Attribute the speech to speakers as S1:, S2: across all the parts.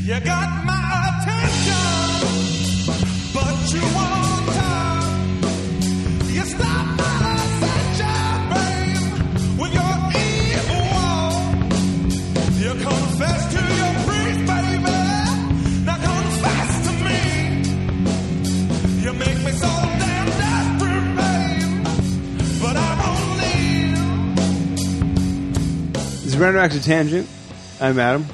S1: You got my attention, but you won't talk. You stop my ascension, babe, with your evil walk. You confess to your priest, baby. Now confess to me. You make me so damn desperate, babe, but I won't leave.
S2: This is Random Tangent. I'm Adam.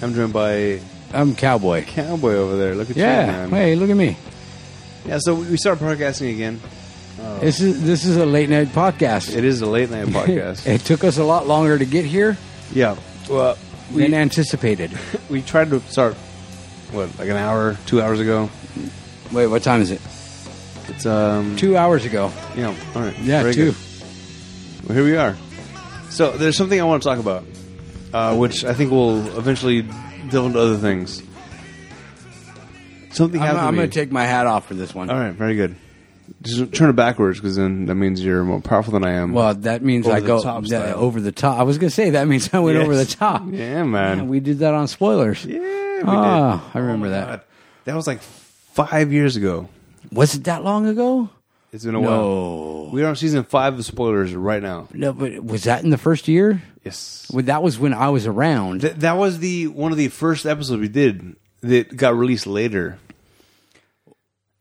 S2: I'm joined by
S3: I'm cowboy.
S2: Cowboy over there. Look at you,
S3: Yeah.
S2: man.
S3: Hey, look at me.
S2: Yeah, so we we start podcasting again.
S3: This is this is a late night podcast.
S2: It is a Oh. late night podcast.
S3: it took us a lot longer to get here
S2: yeah. Well, we,
S3: than anticipated.
S2: we tried to start, what, like an hour, two hours ago?
S3: Wait, what time is it?
S2: It's, um,
S3: Two hours ago.
S2: Yeah, all right.
S3: Yeah,
S2: Very
S3: two.
S2: good. Well, here we are. So there's something I want to talk about, uh, which I think will eventually delve into other things. Something
S3: I'm,
S2: happened.
S3: I'm
S2: to me.
S3: going to take my hat off for this one.
S2: All right, very good. Just turn it backwards because then that means you're more powerful than I am.
S3: Well, that means
S2: Over
S3: I
S2: the
S3: go
S2: top
S3: that-
S2: style.
S3: over the top. I was going to say that means I went
S2: Yes.
S3: over the top.
S2: yeah, man.
S3: Yeah, we did that on spoilers.
S2: Yeah, we did.
S3: Ah, I remember
S2: Oh my
S3: that.
S2: God. That was like five years ago.
S3: Was it that long ago?
S2: It's been a
S3: No.
S2: while. We're on season five of spoilers right now.
S3: No, but was that in the first year?
S2: Yes,
S3: Well, that was when I was around.
S2: Th- that was the one of the first episodes we did that got released later.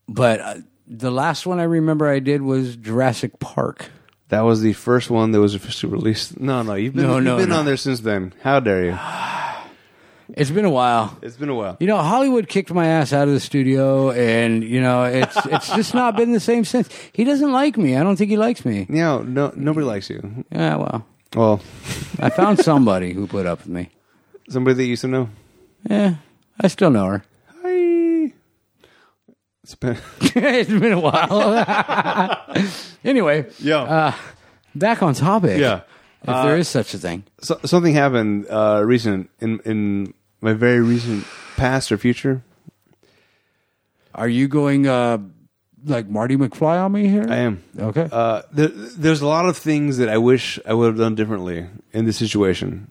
S3: But uh, the last one I remember I did was Jurassic Park.
S2: That was the first one that was officially released. No, no, you've been
S3: No,
S2: you've
S3: no,
S2: been
S3: no.
S2: on there since then. How dare you?
S3: It's been a while.
S2: It's been a while.
S3: You know, Hollywood kicked my ass out of the studio, and you know, it's it's just not been the same since. He doesn't like me. I don't think he likes me.
S2: Yeah, no, nobody likes you.
S3: Yeah, well,
S2: Well,
S3: I found somebody who put up with me.
S2: somebody that you used to know.
S3: Yeah, I still know her.
S2: Hi. It's been
S3: it's been a while. anyway,
S2: yeah.
S3: back on topic.
S2: Yeah. Uh,
S3: if there is such a thing.
S2: so, something happened uh, recent in in my very recent past or future.
S3: Are you going uh, like Marty McFly on me here?
S2: I am.
S3: Okay.
S2: Uh, there, there's a lot of things that I wish I would have done differently in this situation.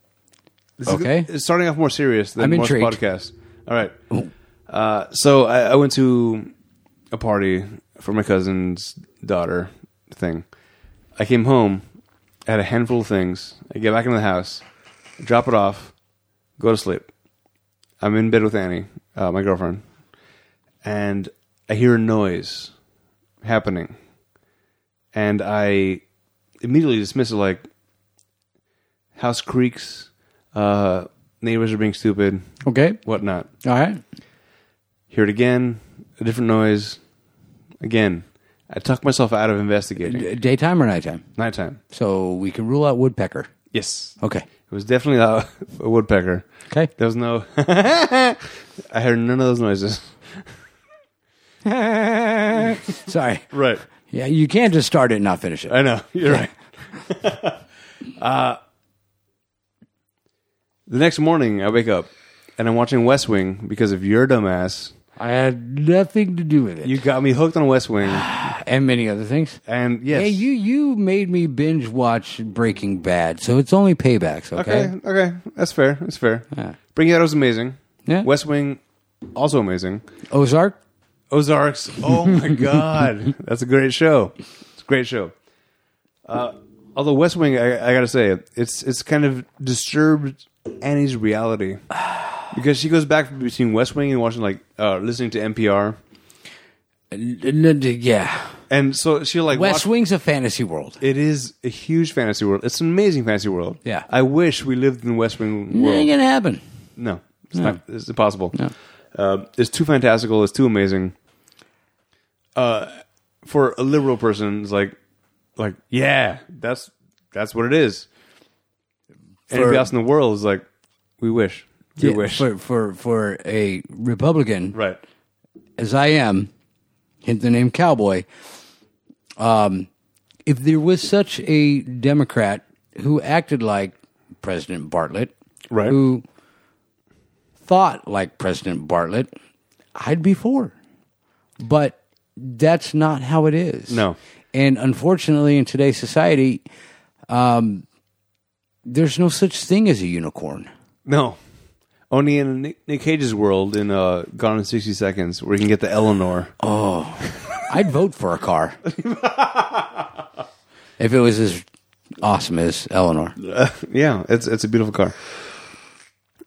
S2: This is-
S3: Okay.
S2: it's starting off more serious than
S3: I'm
S2: most
S3: intrigued.
S2: podcasts. All right. Uh, so I, I went to a party for my cousin's daughter thing. I came home, I had a handful of things. I get back into the house, drop it off, go to sleep. I'm in bed with Annie, uh, my girlfriend, and I hear a noise happening and I immediately dismiss it like house creaks, uh, neighbors are being stupid,
S3: okay.
S2: whatnot.
S3: All right.
S2: Hear it again, a different noise. Again, I tuck myself out of investigating.
S3: D- daytime or nighttime?
S2: Nighttime.
S3: So we can rule out woodpecker.
S2: Yes.
S3: Okay.
S2: It was definitely a, a woodpecker.
S3: Okay.
S2: There was no. I heard none of those noises.
S3: Sorry.
S2: Right.
S3: Yeah, you can't just start it and not finish it.
S2: I know. You're right. uh,
S3: Uh,
S2: the next morning, I wake up and I'm watching West Wing because of your dumbass.
S3: I had nothing to do with it,
S2: You got me hooked on West Wing,
S3: and many other things.
S2: and yes,
S3: Hey, you you made me binge watch Breaking Bad, so it's only paybacks. Okay.
S2: okay, Eh, okay, that's fair, that's fair.
S3: Yeah.
S2: Breaking Bad was amazing.
S3: Yeah.
S2: West Wing, also amazing.
S3: Ozark.
S2: Ozarks, oh my god, that's a great show. It's a great show. Uh, although West Wing, I, I gotta say, it's it's kind of disturbed Annie's reality because she goes back between West Wing and watching like uh, listening to NPR,
S3: N- n- yeah.
S2: and so she like watch-
S3: West Wing's a fantasy world.
S2: It is a huge fantasy world. It's an amazing fantasy world.
S3: Yeah.
S2: I wish we lived in the West Wing world.
S3: Ain't gonna happen.
S2: No, it's not. It's impossible. Uh, it's too fantastical. It's too amazing. Uh, for a liberal person, it's like, like yeah, that's that's what it is. Anybody else in the world is like, we wish, we
S3: Yeah,
S2: wish,
S3: for for for a Republican
S2: right?
S3: as I am, hint the name cowboy. Um, if there was such a Democrat who acted like President Bartlett,
S2: Right.
S3: who thought like President Bartlett, I'd be for. But that's not how it is.
S2: No.
S3: And unfortunately, in today's society, um, there's no such thing as a unicorn.
S2: No, Only in Nick, Nick Cage's world in uh, Gone in 60 Seconds, where you can get the Eleanor.
S3: I'd vote for a car if it was as awesome as Eleanor.
S2: Yeah, it's it's a beautiful car.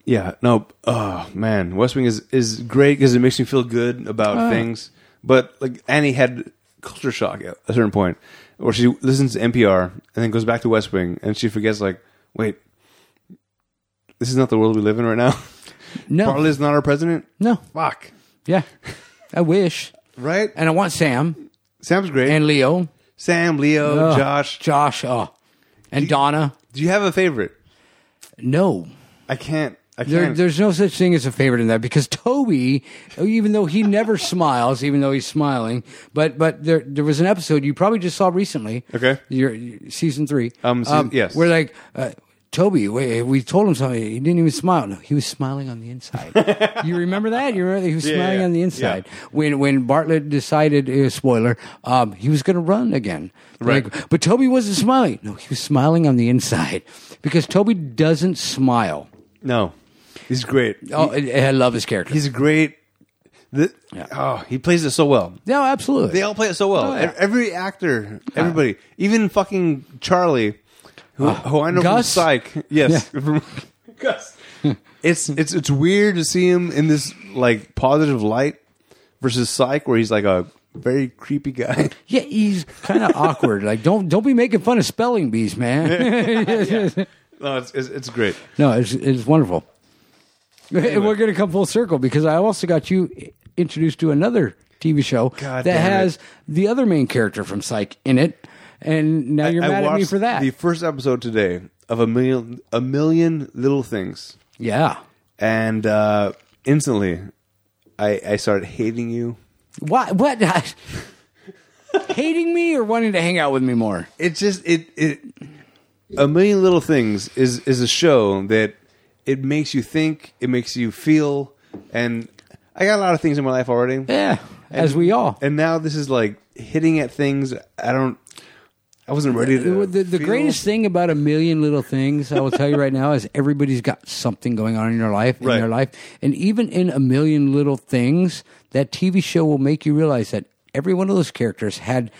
S2: Yeah, no, oh man, West Wing is is great because it makes me feel good about things. But like Annie had culture shock at a certain point, where she listens to NPR and then goes back to West Wing and she forgets like, wait, this is not the world we live in right now.
S3: No,
S2: Bartlett is not our president.
S3: no,
S2: Fuck,
S3: yeah, I wish,
S2: right?
S3: and I want Sam
S2: Sam's great.
S3: and Leo,
S2: Sam, Leo,
S3: Ugh,
S2: Josh.
S3: Josh, oh, and Donna.
S2: Do you have a favorite?
S3: No,
S2: I can't. I
S3: There,
S2: can't.
S3: there's no such thing as a favorite in that because Toby, even though he never smiles, even though he's smiling, but but there there was an episode you probably just saw recently.
S2: Okay.
S3: your your- season three.
S2: Um, season- yes.
S3: We're like uh, Toby. We, we told him something. He didn't even smile. No, he was smiling on the inside. you remember that? You remember that he was
S2: Yeah,
S3: smiling
S2: yeah,
S3: on the
S2: yeah.
S3: inside when when Bartlett decided, uh, spoiler, um, he was going to run again.
S2: Right.
S3: Like, but Toby wasn't smiling. No, he was smiling on the inside because Toby doesn't smile.
S2: no, he's great.
S3: Oh, I I love his character.
S2: He's great. The,
S3: Yeah.
S2: Oh, he plays it so well.
S3: no, absolutely.
S2: They all play it so well.
S3: Oh, yeah.
S2: E- Every actor, everybody, even fucking Charlie, who, who I know
S3: Ah. Gus?
S2: from Psych. Yes, from Gus. it's it's it's weird to see him in this like positive light versus Psych, where he's like a very creepy guy.
S3: yeah, he's kind of awkward. Like, don't don't be making fun of spelling bees, man.
S2: no, it's it's, it's great.
S3: no, it's it's wonderful. And we're going to come full circle because I also got you introduced to another TV show
S2: God
S3: that
S2: damn it.
S3: has the other main character from Psych in it, and now you're
S2: I
S3: mad at me
S2: watched
S3: for that.
S2: The first episode today of a million a million little things.
S3: yeah.
S2: and uh, instantly I, I started hating you.
S3: Why? What? Hating me or wanting to hang out with me more?
S2: It's just it it a million little things is is a show that it makes you think, it makes you feel, and I got a lot of things in my life already,
S3: Yeah, as we all.
S2: and now this is like hitting at things I don't. I wasn't ready to.
S3: The, the, the
S2: feel.
S3: greatest thing about a million little things, I will tell you right now, is everybody's got something going on in your life, in
S2: Right.
S3: their life. And even in a million little things, that TV show will make you realize that every one of those characters had,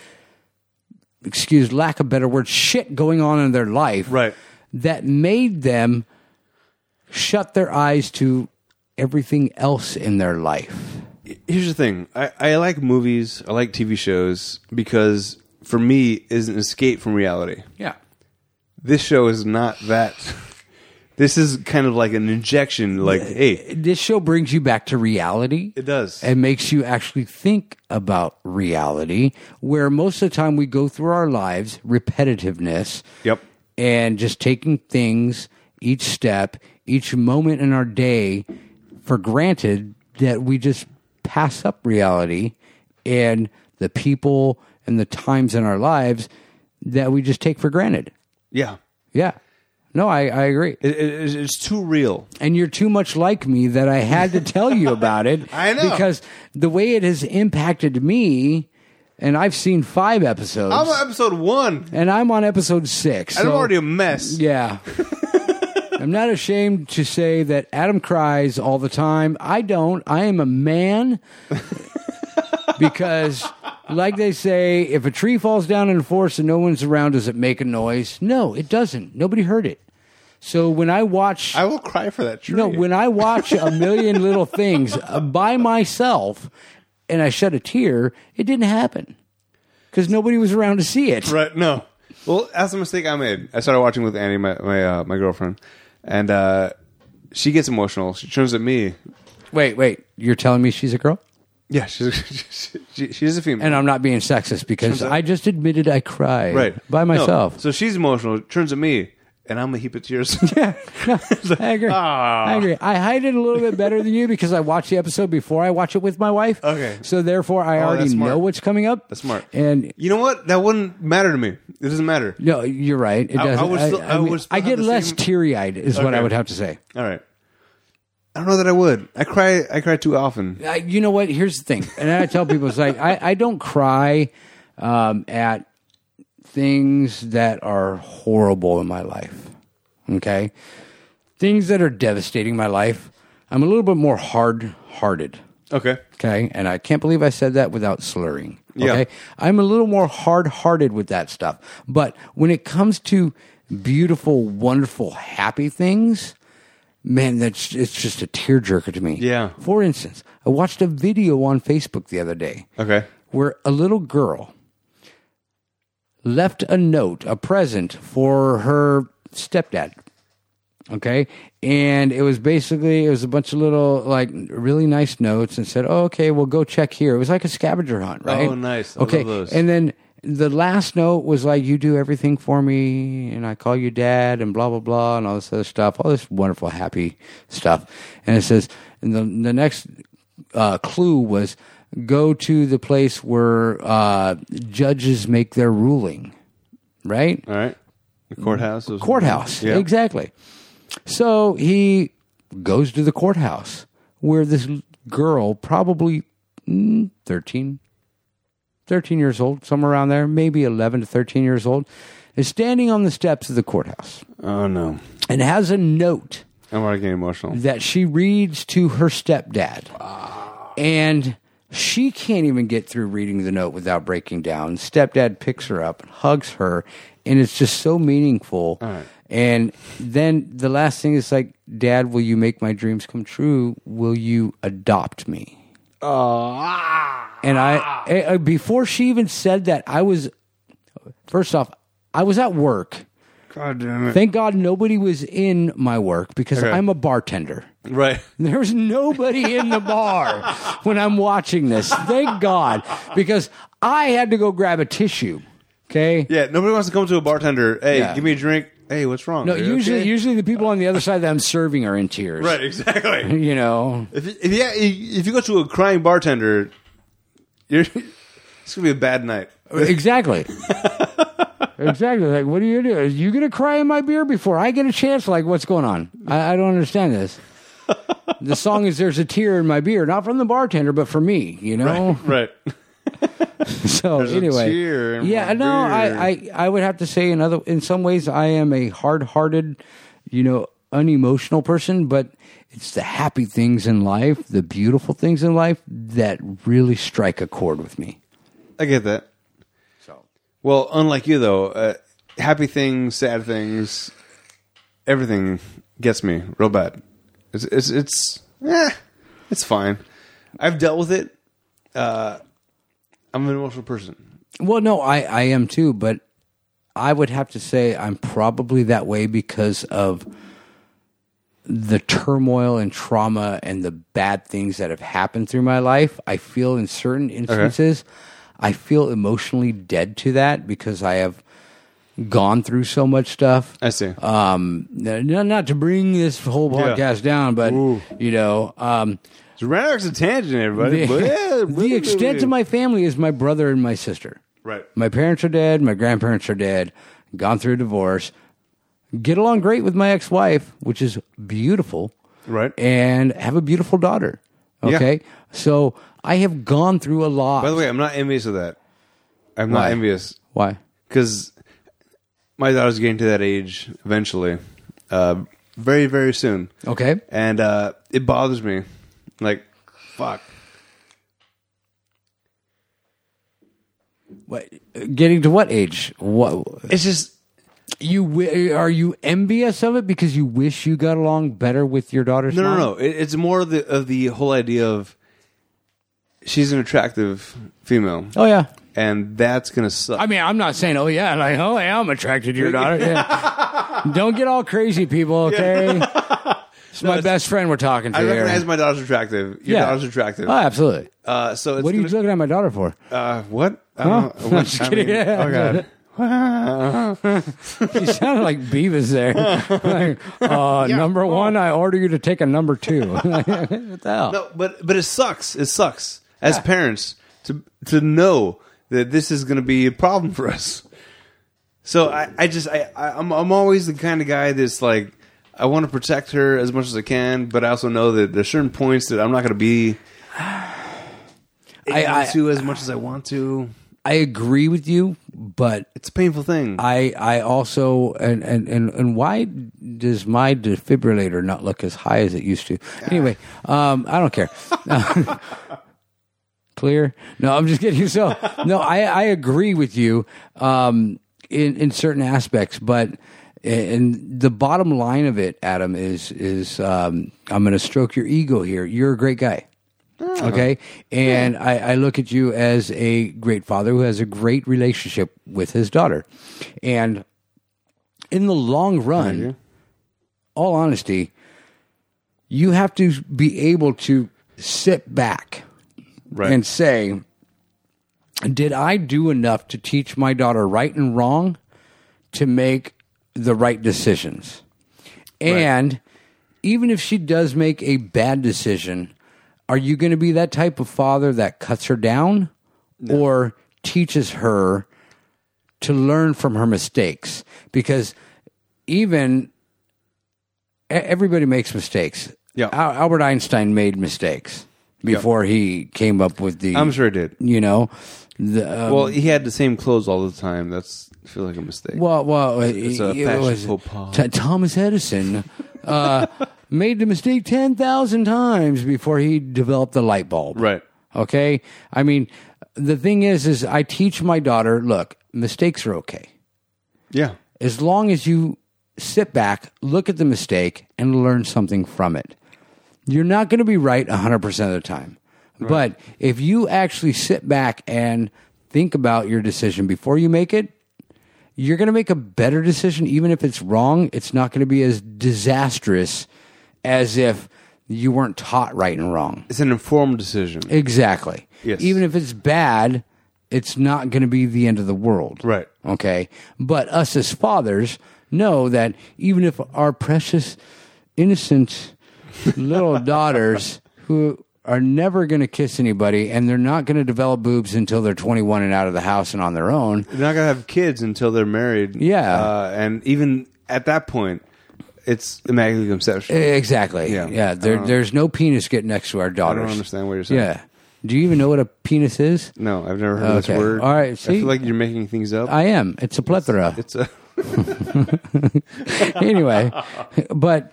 S3: excuse lack of better word, shit going on in their life.
S2: Right.
S3: That made them shut their eyes to everything else in their life.
S2: here's the thing I, I like movies, I like TV shows because for me is an escape from reality.
S3: Yeah.
S2: this show is not that. This is kind of like an injection. Like, hey,
S3: This show brings you back to reality.
S2: it does.
S3: It makes you actually think about reality, where most of the time we go through our lives, repetitiveness.
S2: Yep.
S3: And just taking things, each step, each moment in our day for granted that we just pass up reality and the people and the times in our lives that we just take for granted.
S2: yeah,
S3: Yeah. No, I, I agree.
S2: it, it, it's- it's too real.
S3: and you're too much like me that I had to tell you about it.
S2: I know.
S3: because the way it has impacted me, and I've seen five episodes,
S2: I'm on episode one,
S3: and I'm on episode six.
S2: and I'm
S3: so-
S2: already a mess.
S3: yeah. I'm not ashamed to say that Adam cries all the time. I don't. I am a man because, like they say, if a tree falls down in a forest and no one's around, does it make a noise? No, it doesn't. Nobody heard it. So when I watch,
S2: I will cry for that tree.
S3: no, when I watch a million little things uh, by myself and I shed a tear, it didn't happen because nobody was around to see it.
S2: right? No. Well, that's a mistake I made. I started watching with Annie, my my, uh, my girlfriend, and uh, she gets emotional. She turns at me.
S3: Wait, wait, you're telling me she's a girl?
S2: Yeah, she's she, she, she's a female.
S3: And I'm not being sexist because I just admitted I cried
S2: right
S3: by
S2: No.
S3: myself.
S2: So she's emotional. Turns at me, and I'm a heap of tears.
S3: I agree.
S2: Ah.
S3: I agree. I hide it a little bit better than you because I watch the episode before I watch it with my wife.
S2: Okay. Oh,
S3: So therefore, I already
S2: that's smart.
S3: know what's coming up.
S2: That's smart.
S3: And
S2: you know what? That wouldn't matter to me. It doesn't matter.
S3: no, you're right. It
S2: I- I
S3: doesn't.
S2: would still- I
S3: mean,
S2: would still
S3: I
S2: have
S3: get
S2: the
S3: less
S2: same-
S3: teary eyed, is what I
S2: Okay.
S3: would have to say.
S2: All right. I don't know that I would. I cry. I cry too often.
S3: I, you know what? Here's the thing, and I tell people it's like I, I don't cry um, at things that are horrible in my life. Okay, things that are devastating my life. I'm a little bit more hard hearted.
S2: Okay.
S3: Okay. And I can't believe I said that without slurring. Okay.
S2: Yeah.
S3: I'm a little more hard hearted with that stuff. But when it comes to beautiful, wonderful, happy things, man, that's it's just a tearjerker to me.
S2: Yeah.
S3: For instance, I watched a video on Facebook the other day
S2: Okay.
S3: where a little girl left a note, a present for her stepdad. Okay. And it was basically, it was a bunch of little, like, really nice notes and said, oh, okay, well, go check here. It was like a scavenger hunt, right?
S2: Oh, nice. I
S3: okay.
S2: love those.
S3: And then the last note was like, you do everything for me and I call you dad and blah, blah, blah, and all this other stuff, all this wonderful, happy stuff. And it says, and the, the next uh, clue was go to the place where uh, judges make their ruling, right?
S2: All right. The courthouse. or something.
S3: courthouse.
S2: Yeah.
S3: Exactly. So he goes to the courthouse where this l- girl, probably mm, 13, 13 years old, somewhere around there, maybe 11 to 13 years old, is standing on the steps of the courthouse
S2: Oh no.
S3: and has a note
S2: I'm already getting emotional.
S3: that she reads to her stepdad. And she can't even get through reading the note without breaking down. Stepdad picks her up and hugs her, and it's just so meaningful. And then the last thing is like, Dad, will you make my dreams come true? Will you adopt me? Ah. And I, eh, eh, before she even said that, I was, first off, I was at work.
S2: God damn it.
S3: Thank God nobody was in my work because
S2: Okay.
S3: I'm a bartender.
S2: Right.
S3: There was nobody in the bar when I'm watching this. Thank God, because I had to go grab a tissue. Okay.
S2: Yeah. Nobody wants to come to a bartender. Hey,
S3: Yeah.
S2: give me a drink. Hey, what's wrong?
S3: No,
S2: Are you
S3: usually,
S2: okay?
S3: usually the people on the other side that I'm serving are in tears.
S2: Right. Exactly.
S3: You know.
S2: If if yeah, if you go to a crying bartender, you're it's gonna be a bad night.
S3: Exactly. exactly. Like, what are you doing? Are you gonna cry in my beer before I get a chance? Like, what's going on? I, I don't understand this. The song is "There's a Tear in My Beer," not from the bartender, but for me. You know.
S2: Right.
S3: So
S2: There's a
S3: anyway,
S2: tear in
S3: yeah,
S2: my
S3: no, I, I,
S2: beard.
S3: I would have to say in other, in some ways, I am a hard-hearted, you know, unemotional person. But it's the happy things in life, the beautiful things in life that really strike a chord with me.
S2: I get that.
S3: So
S2: Well, unlike you though, uh, happy things, sad things, everything gets me real bad. It's it's it's eh, it's fine. I've dealt with it. Uh, I'm an emotional person.
S3: Well, no, I, I am too, but I would have to say I'm probably that way because of the turmoil and trauma and the bad things that have happened through my life. I feel in certain instances, I feel emotionally dead to that because I have gone through so much stuff.
S2: I see.
S3: Um, n- not to bring this whole
S2: Yeah.
S3: podcast down, but
S2: Ooh.
S3: you know, um,
S2: it's Ranark's a tangent, everybody. but-
S3: the, the extent of my family is my brother and my sister.
S2: right.
S3: My parents are dead. My grandparents are dead. Gone through a divorce. Get along great with my ex wife, which is beautiful.
S2: Right.
S3: And have a beautiful daughter.
S2: Yeah.
S3: Okay. So I have gone through a lot.
S2: By the way, I'm not envious of that. I'm not
S3: Why?
S2: envious.
S3: why?
S2: because my daughter's getting to that age eventually, uh, very very soon,
S3: Okay.
S2: and uh, it bothers me. Like, fuck.
S3: What, getting to what age? What
S2: It's just
S3: you wi- are you envious of it because you wish you got along better with your daughter's
S2: no no
S3: mom?
S2: no. It, it's more of the of the whole idea of she's an attractive female,
S3: Oh yeah.
S2: and that's gonna suck.
S3: I mean, I'm not saying, oh yeah, like, oh yeah, I'm attracted to your daughter. Yeah. Don't get all crazy, people. Okay, it's my best friend we're talking to
S2: I
S3: here.
S2: recognize my daughter's attractive. Your
S3: Yeah.
S2: daughter's attractive.
S3: oh, absolutely.
S2: Uh, so it's
S3: What are you
S2: gonna-
S3: looking at my daughter for?
S2: uh, what? I don't know. What-
S3: Just
S2: I
S3: kidding.
S2: mean,
S3: Yeah.
S2: Oh god.
S3: You sounded like Beavis there. Like, uh, number one, I order you to take a number two. what the hell?
S2: No, but but it sucks. It sucks as parents to to know that this is going to be a problem for us. So I, I just I, I I'm I'm always the kind of guy that's like I want to protect her as much as I can, but I also know that there's certain points that I'm not going to be
S3: I-
S2: able to as much as I want to.
S3: I agree with you, but
S2: It's a painful thing.
S3: I I also and and and, and why does my defibrillator not look as high as it used to? Anyway, um, I don't care. Clear? No, I'm just kidding. So no, I I agree with you um, in in certain aspects, but and the bottom line of it, Adam, is is um, I'm going to stroke your ego here. You're a great guy. Okay. And I, I look at you as a great father who has a great relationship with his daughter. And in the long run, all honesty, you have to be able to sit back
S2: right.
S3: and say, did I do enough to teach my daughter right and wrong to make the right decisions? And even if she does make a bad decision, are you going to be that type of father that cuts her down or teaches her to learn from her mistakes? Because even e- everybody makes mistakes.
S2: Yeah.
S3: Al- Albert Einstein made mistakes before he came up with the
S2: I'm sure it did.
S3: you know the, uh,
S2: Well, he had the same clothes all the time. That's I feel like a mistake.
S3: well well it,
S2: a
S3: it
S2: fashion
S3: was
S2: faux pas.
S3: Th- thomas edison uh, made the mistake 10,000 times before he developed the light bulb
S2: Right.
S3: okay i mean the thing is is i teach my daughter look mistakes are okay
S2: yeah.
S3: as long as you sit back, look at the mistake, and learn something from it. You're not going to be right 100% of the time. But if you actually sit back and think about your decision before you make it, you're going to make a better decision. Even if it's wrong, it's not going to be as disastrous as if you weren't taught right and wrong.
S2: It's an informed decision.
S3: Exactly.
S2: Yes.
S3: Even if it's bad, it's not going to be the end of the world.
S2: Right.
S3: Okay. But us as fathers know that even if our precious, innocent little daughters who are never going to kiss anybody and they're not going to develop boobs until they're 21 and out of the house and on their own.
S2: They're not gonna have kids until they're married.
S3: Yeah.
S2: Uh, and even at that point, it's immaculate conception.
S3: e-, Exactly.
S2: Yeah.
S3: Yeah.
S2: I
S3: There,
S2: don't-
S3: there's no penis getting next to our
S2: I
S3: daughters.
S2: don't understand what you're saying.
S3: Yeah. Do you even know what a penis is?
S2: No, I've never heard this
S3: Okay.
S2: word.
S3: All right,
S2: I
S3: see?
S2: feel like you're making things up.
S3: I am. It's a plethora.
S2: it's a
S3: anyway, but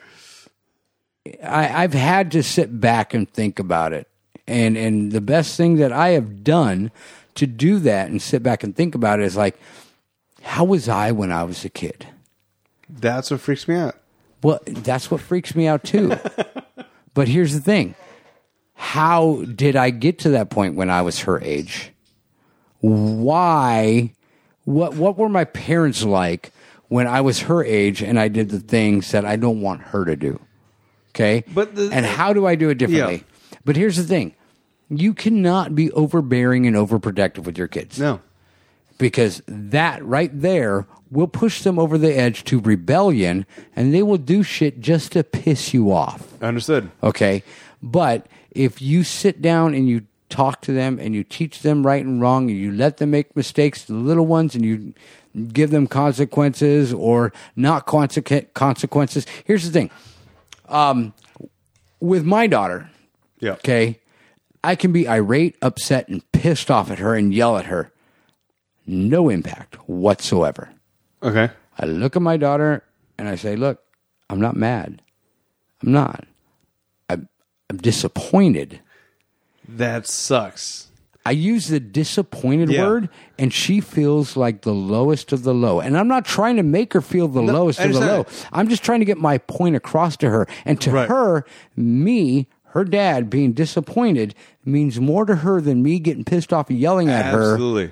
S3: I, I've had to sit back and think about it, and and the best thing that I have done to do that and sit back and think about it is like, how was I when I was a kid?
S2: that's what freaks me out.
S3: Well, that's what freaks me out too. but here's the thing: how did I get to that point when I was her age? Why? What What were my parents like when I was her age and I did the things that I don't want her to do? Okay,
S2: But the-
S3: and how do I do it differently? But here's the thing: you cannot be overbearing and overprotective with your kids
S2: No.
S3: because that right there will push them over the edge to rebellion and they will do shit just to piss you off.
S2: Understood.
S3: Okay. But if you sit down and you talk to them and you teach them right and wrong and you let them make mistakes, the little ones, and you give them consequences or not consequ- consequences. Here's the thing um, with my daughter,
S2: Yeah.
S3: Okay. I can be irate, upset, and pissed off at her and yell at her. No impact whatsoever.
S2: Okay.
S3: I look at my daughter and I say, Look, I'm not mad. I'm not. I'm, I'm disappointed.
S2: That sucks.
S3: I use the disappointed
S2: Yeah.
S3: word, and she feels like the lowest of the low. And I'm not trying to make her feel the lowest
S2: I
S3: of the low.
S2: understand.
S3: I'm just trying to get my point across to her. And to
S2: Right.
S3: her, me, her dad being disappointed means more to her than me getting pissed off and yelling at her.
S2: Absolutely.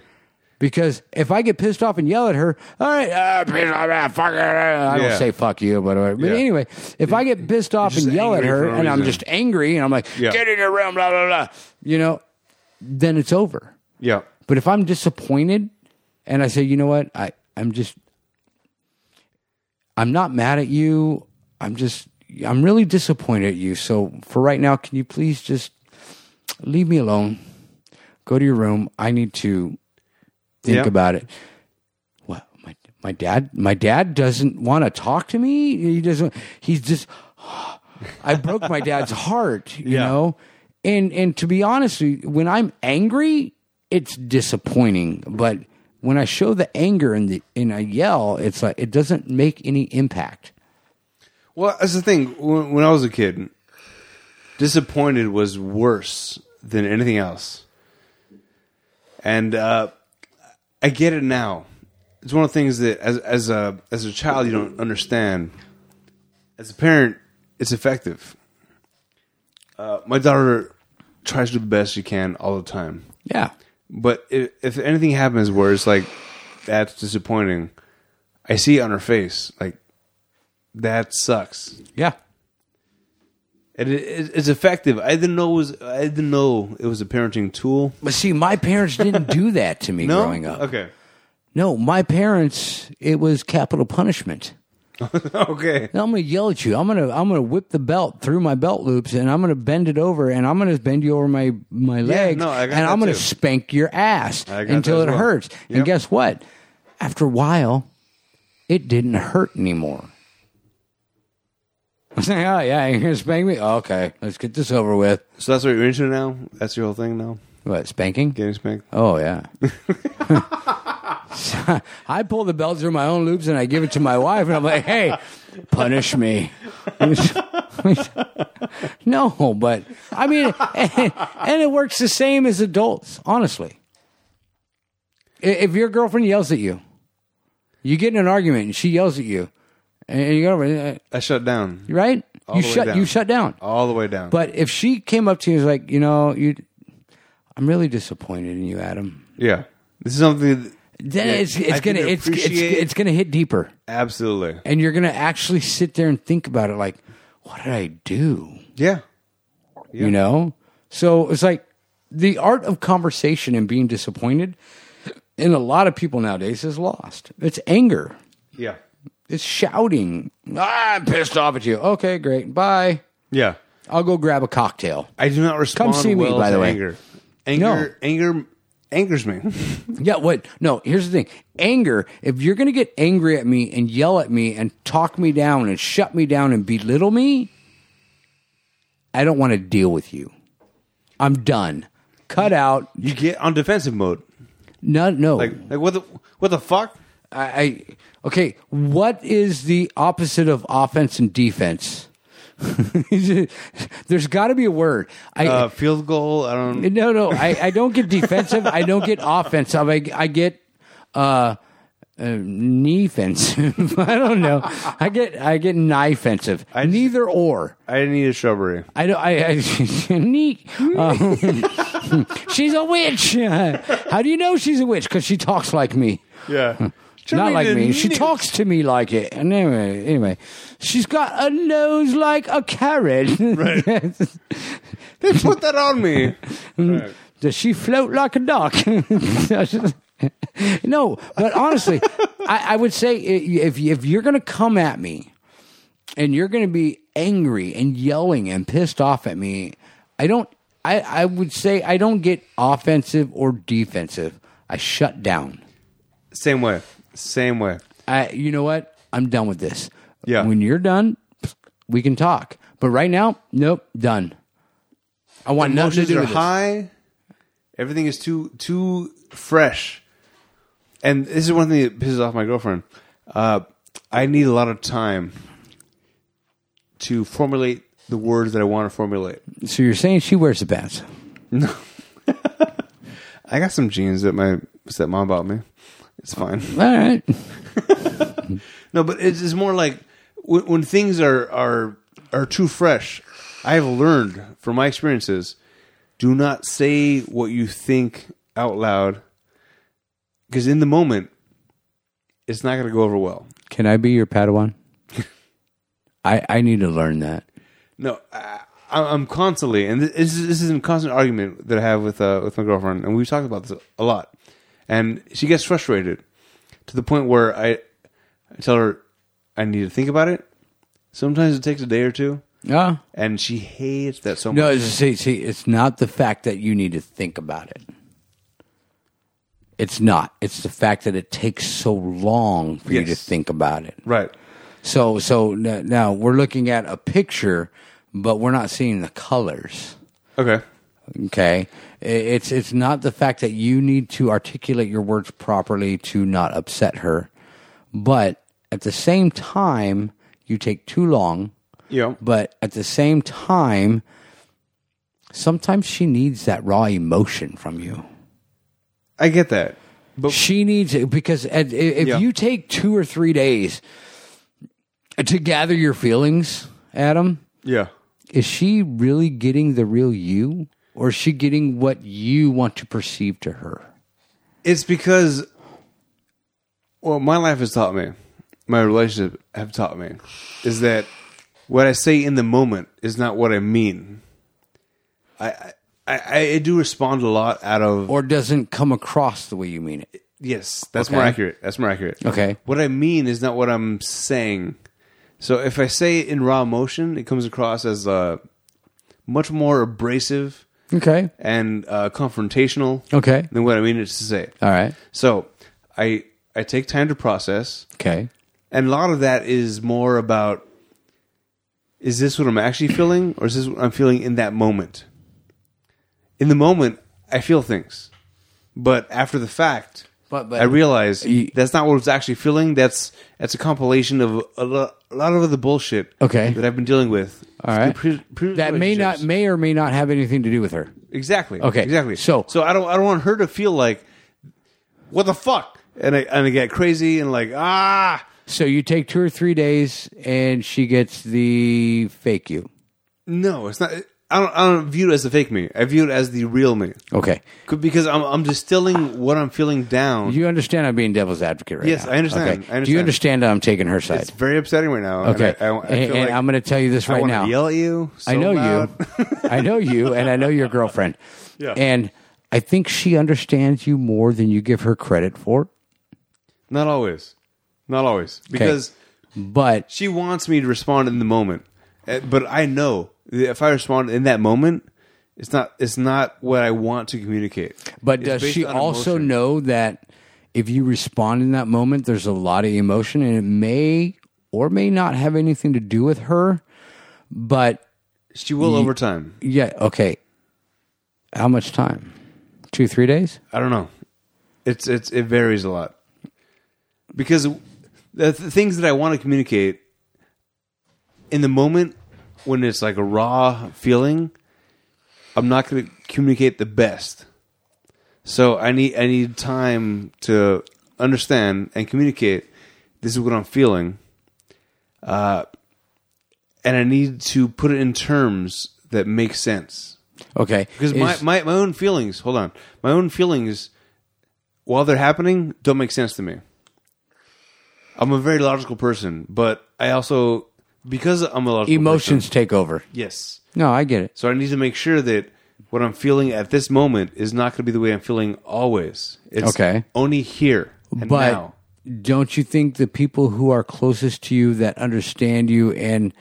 S3: Because if I get pissed off and yell at her, all right, uh, pissed off, uh, fuck it, uh," I don't
S2: Yeah.
S3: say fuck you, but, uh, but
S2: Yeah.
S3: anyway, if I get pissed off
S2: just
S3: and yell at
S2: angry
S3: her
S2: for no
S3: and I'm
S2: reason.
S3: just angry and I'm like,
S2: Yeah.
S3: get in your room, blah, blah, blah, you know, then it's over.
S2: Yeah.
S3: But if I'm disappointed and I say, you know what, I, I'm just, I'm not mad at you. I'm just, I'm really disappointed at you. So for right now, can you please just leave me alone? Go to your room. I need to think
S2: Yeah.
S3: about it. What my my dad my dad doesn't want to talk to me. He doesn't. He's just. I broke my dad's heart. You
S2: Yeah.
S3: know, and and to be honest, with you, when I'm angry, it's disappointing. But when I show the anger and the and I yell, it's like it doesn't make any impact.
S2: Well, that's the thing. When, when I was a kid, disappointed was worse than anything else. And uh, I get it now. It's one of the things that, as as a as a child, you don't understand. As a parent, it's effective. Uh, my daughter tries to do the best she can all the time,
S3: Yeah.
S2: but if, if anything happens where it's like that's disappointing, I see it on her face. Like that sucks.
S3: Yeah.
S2: And it, it, it's effective. I didn't know it was. I didn't know it was a parenting tool.
S3: But see, my parents didn't do that to me
S2: No?
S3: growing up.
S2: Okay.
S3: No, my parents, it was capital punishment.
S2: okay.
S3: I'm gonna yell at you. I'm gonna I'm gonna whip the belt through my belt loops, and I'm gonna bend it over, and I'm gonna bend you over my my legs,
S2: no, I got
S3: and
S2: that
S3: I'm gonna
S2: too.
S3: spank your ass
S2: I got
S3: until
S2: that
S3: it
S2: as well.
S3: hurts. And
S2: Yep.
S3: guess what? After a while, it didn't hurt anymore. I was like, oh yeah, you're gonna spank me. okay, let's get this over with.
S2: So that's what you're into now. That's your whole thing now.
S3: What spanking?
S2: Getting spanked.
S3: Oh yeah. So, I pull the belt through my own loops and I give it to my wife and I'm like, "Hey, punish me." no, but I mean, and, and it works the same as adults, honestly. I- If your girlfriend yells at you, you get in an argument and she yells at you, and you go over, uh,
S2: I shut down
S3: right? you
S2: the way
S3: shut
S2: down.
S3: you shut down.
S2: all the way down.
S3: But if she came up to you and was like, you know, you, I'm really disappointed in you, Adam.
S2: yeah, this is something. That,
S3: Then
S2: Yeah,
S3: it's
S2: I
S3: it's
S2: can
S3: gonna it's, it's
S2: appreciate-
S3: it's gonna hit deeper,
S2: absolutely.
S3: and you're gonna actually sit there and think about it, like, what did I do?
S2: Yeah.
S3: You know. So it's like the art of conversation and being disappointed in a lot of people nowadays is lost. It's anger.
S2: Yeah.
S3: It's shouting. "Ah, I'm pissed off at you. Okay, great. Bye.
S2: Yeah.
S3: I'll go grab a cocktail.
S2: I do not respond
S3: see me,
S2: well
S3: by
S2: to
S3: the way.
S2: anger. Anger. Anger angers me.
S3: Yeah, what? No, here's the thing. Anger, if you're going to get angry at me and yell at me and talk me down and shut me down and belittle me, I don't want to deal with you. I'm done. Cut out.
S2: you get on defensive mode.
S3: No, no.
S2: Like like what the what the fuck?
S3: I, I okay. What is the opposite of offense and defense? There's got to be a word. I
S2: Uh, field goal. I don't.
S3: No, no, I, I don't get defensive. I don't get offensive. I, I get uh, uh knee offensive. I don't know. I get I get knee offensive. Neither or.
S2: I need a shrubbery.
S3: I don't. I, I knee. um, she's a witch. How do you know she's a witch? Because she talks like me.
S2: Yeah.
S3: Not like me. She talks to me like it. And anyway, anyway, she's got a nose like a carrot. Right.
S2: They put that on me.
S3: Does she float like a duck? no, but honestly, I, I would say i- if if you're going to come at me and you're going to be angry and yelling and pissed off at me, I don't. I, I would say I don't get offensive or defensive. I shut down.
S2: Same way. Same way.
S3: I, you know what? I'm done with this.
S2: Yeah.
S3: When you're done, we can talk. But right now, nope, done. I want nothing to
S2: Emotions
S3: do
S2: are
S3: with this.
S2: high. Everything is too too fresh. And this is one thing that pisses off my girlfriend. Uh, I need a lot of time to formulate the words that I want to formulate.
S3: So you're saying she wears the pants?
S2: I got some jeans that my stepmom bought me. It's fine.
S3: All right.
S2: No, but it's, it's more like when, when things are are are too fresh. I have learned from my experiences: do not say what you think out loud, because in the moment, it's not going to go over well.
S3: Can I be your Padawan? I I need to learn that.
S2: No, I, I- I'm constantly, and this is, this is a constant argument that I have with uh, with my girlfriend, and we've talked about this a lot. And she gets frustrated to the point where I, I tell her I need to think about it. Sometimes it takes a day or two.
S3: Yeah.
S2: and she hates that so much.
S3: No, it's, see, see, it's not the fact that you need to think about it. It's not. It's the fact that it takes so long for you to
S2: Yes.
S3: think about it.
S2: Right.
S3: So so n- now we're looking at a picture, but we're not seeing the colors.
S2: Okay.
S3: Okay, I- it's it's not the fact that you need to articulate your words properly to not upset her, but at the same time you take too long.
S2: Yeah.
S3: But at the same time, sometimes she needs that raw emotion from you.
S2: I get that. But
S3: She needs it because at- i- if
S2: Yeah.
S3: you take two or three days to gather your feelings, Adam,
S2: yeah.
S3: is she really getting the real you or is she getting what you want to perceive to her?
S2: It's because well, my life has taught me, my relationship have taught me, is that what I say in the moment is not what I mean. I I, I, I do respond a lot out of
S3: Or doesn't come across the way you mean it?
S2: yes, that's
S3: Okay.
S2: more accurate. That's more accurate.
S3: Okay.
S2: What I mean is not what I'm saying. So if I say it in raw emotion, it comes across as uh, much more abrasive
S3: Okay.
S2: and uh, confrontational
S3: Okay.
S2: than what I mean it to say.
S3: All right.
S2: So I I take time to process,
S3: Okay.
S2: and a lot of that is more about is this what I'm actually feeling, or is this what I'm feeling in that moment? In the moment, I feel things, but after the fact,
S3: But- but-
S2: I realize
S3: Y-
S2: that's not what I was actually feeling. That's that's a compilation of a, lo- a lot of the bullshit
S3: Okay.
S2: that I've been dealing with.
S3: All right.
S2: Pre- pre-
S3: That may not
S2: relationships.
S3: may or may not have anything to do with her.
S2: Exactly.
S3: Okay,
S2: Exactly.
S3: so-
S2: so I don't I don't want her to feel like what the fuck, and I and I get crazy and like ah
S3: So you take two or three days and she gets the fake you.
S2: no, it's not. I don't I don't view it as the fake me. I view it as the real me
S3: Okay.
S2: C- because I'm I'm distilling what I'm feeling down.
S3: You understand I'm being devil's advocate right
S2: Yes,
S3: now.
S2: I understand. I
S3: Do you
S2: understand.
S3: understand that I'm taking her side?
S2: it's very upsetting right now.
S3: okay.
S2: and I, I, I
S3: and
S2: feel
S3: and
S2: like
S3: I'm going to tell you this
S2: I
S3: right
S2: wanna
S3: now.
S2: Yell at you. so
S3: I know
S2: loud.
S3: you. I know you, and I know your girlfriend.
S2: Yeah.
S3: And I think she understands you more than you give her credit for.
S2: Not always. Not always because
S3: But
S2: she wants me to respond in the moment, Uh, but I know that if I respond in that moment. It's not. It's not what I want to communicate.
S3: but
S2: It's
S3: does
S2: based
S3: she
S2: on
S3: also
S2: emotion.
S3: know that if you respond in that moment, there's a lot of emotion, and it may or may not have anything to do with her. But
S2: She will over time.
S3: yeah, okay. How much time? Two, three days?
S2: I don't know. It's it's it varies a lot because the th- things that I want to communicate in the moment when it's like a raw feeling, I'm not going to communicate the best. So I need I need time to understand and communicate. This is what I'm feeling, uh, and I need to put it in terms that make sense
S3: Okay.
S2: because my,
S3: Is-
S2: my, my own feelings hold on my own feelings while they're happening don't make sense to me i'm a very logical person but i also because i'm a logical
S3: emotions
S2: person-
S3: take over.
S2: yes
S3: No, I get it.
S2: so i need to make sure that what i'm feeling at this moment is not going to be the way i'm feeling always it's
S3: Okay.
S2: only here and
S3: But
S2: now
S3: don't you think the people who are closest to you that understand you and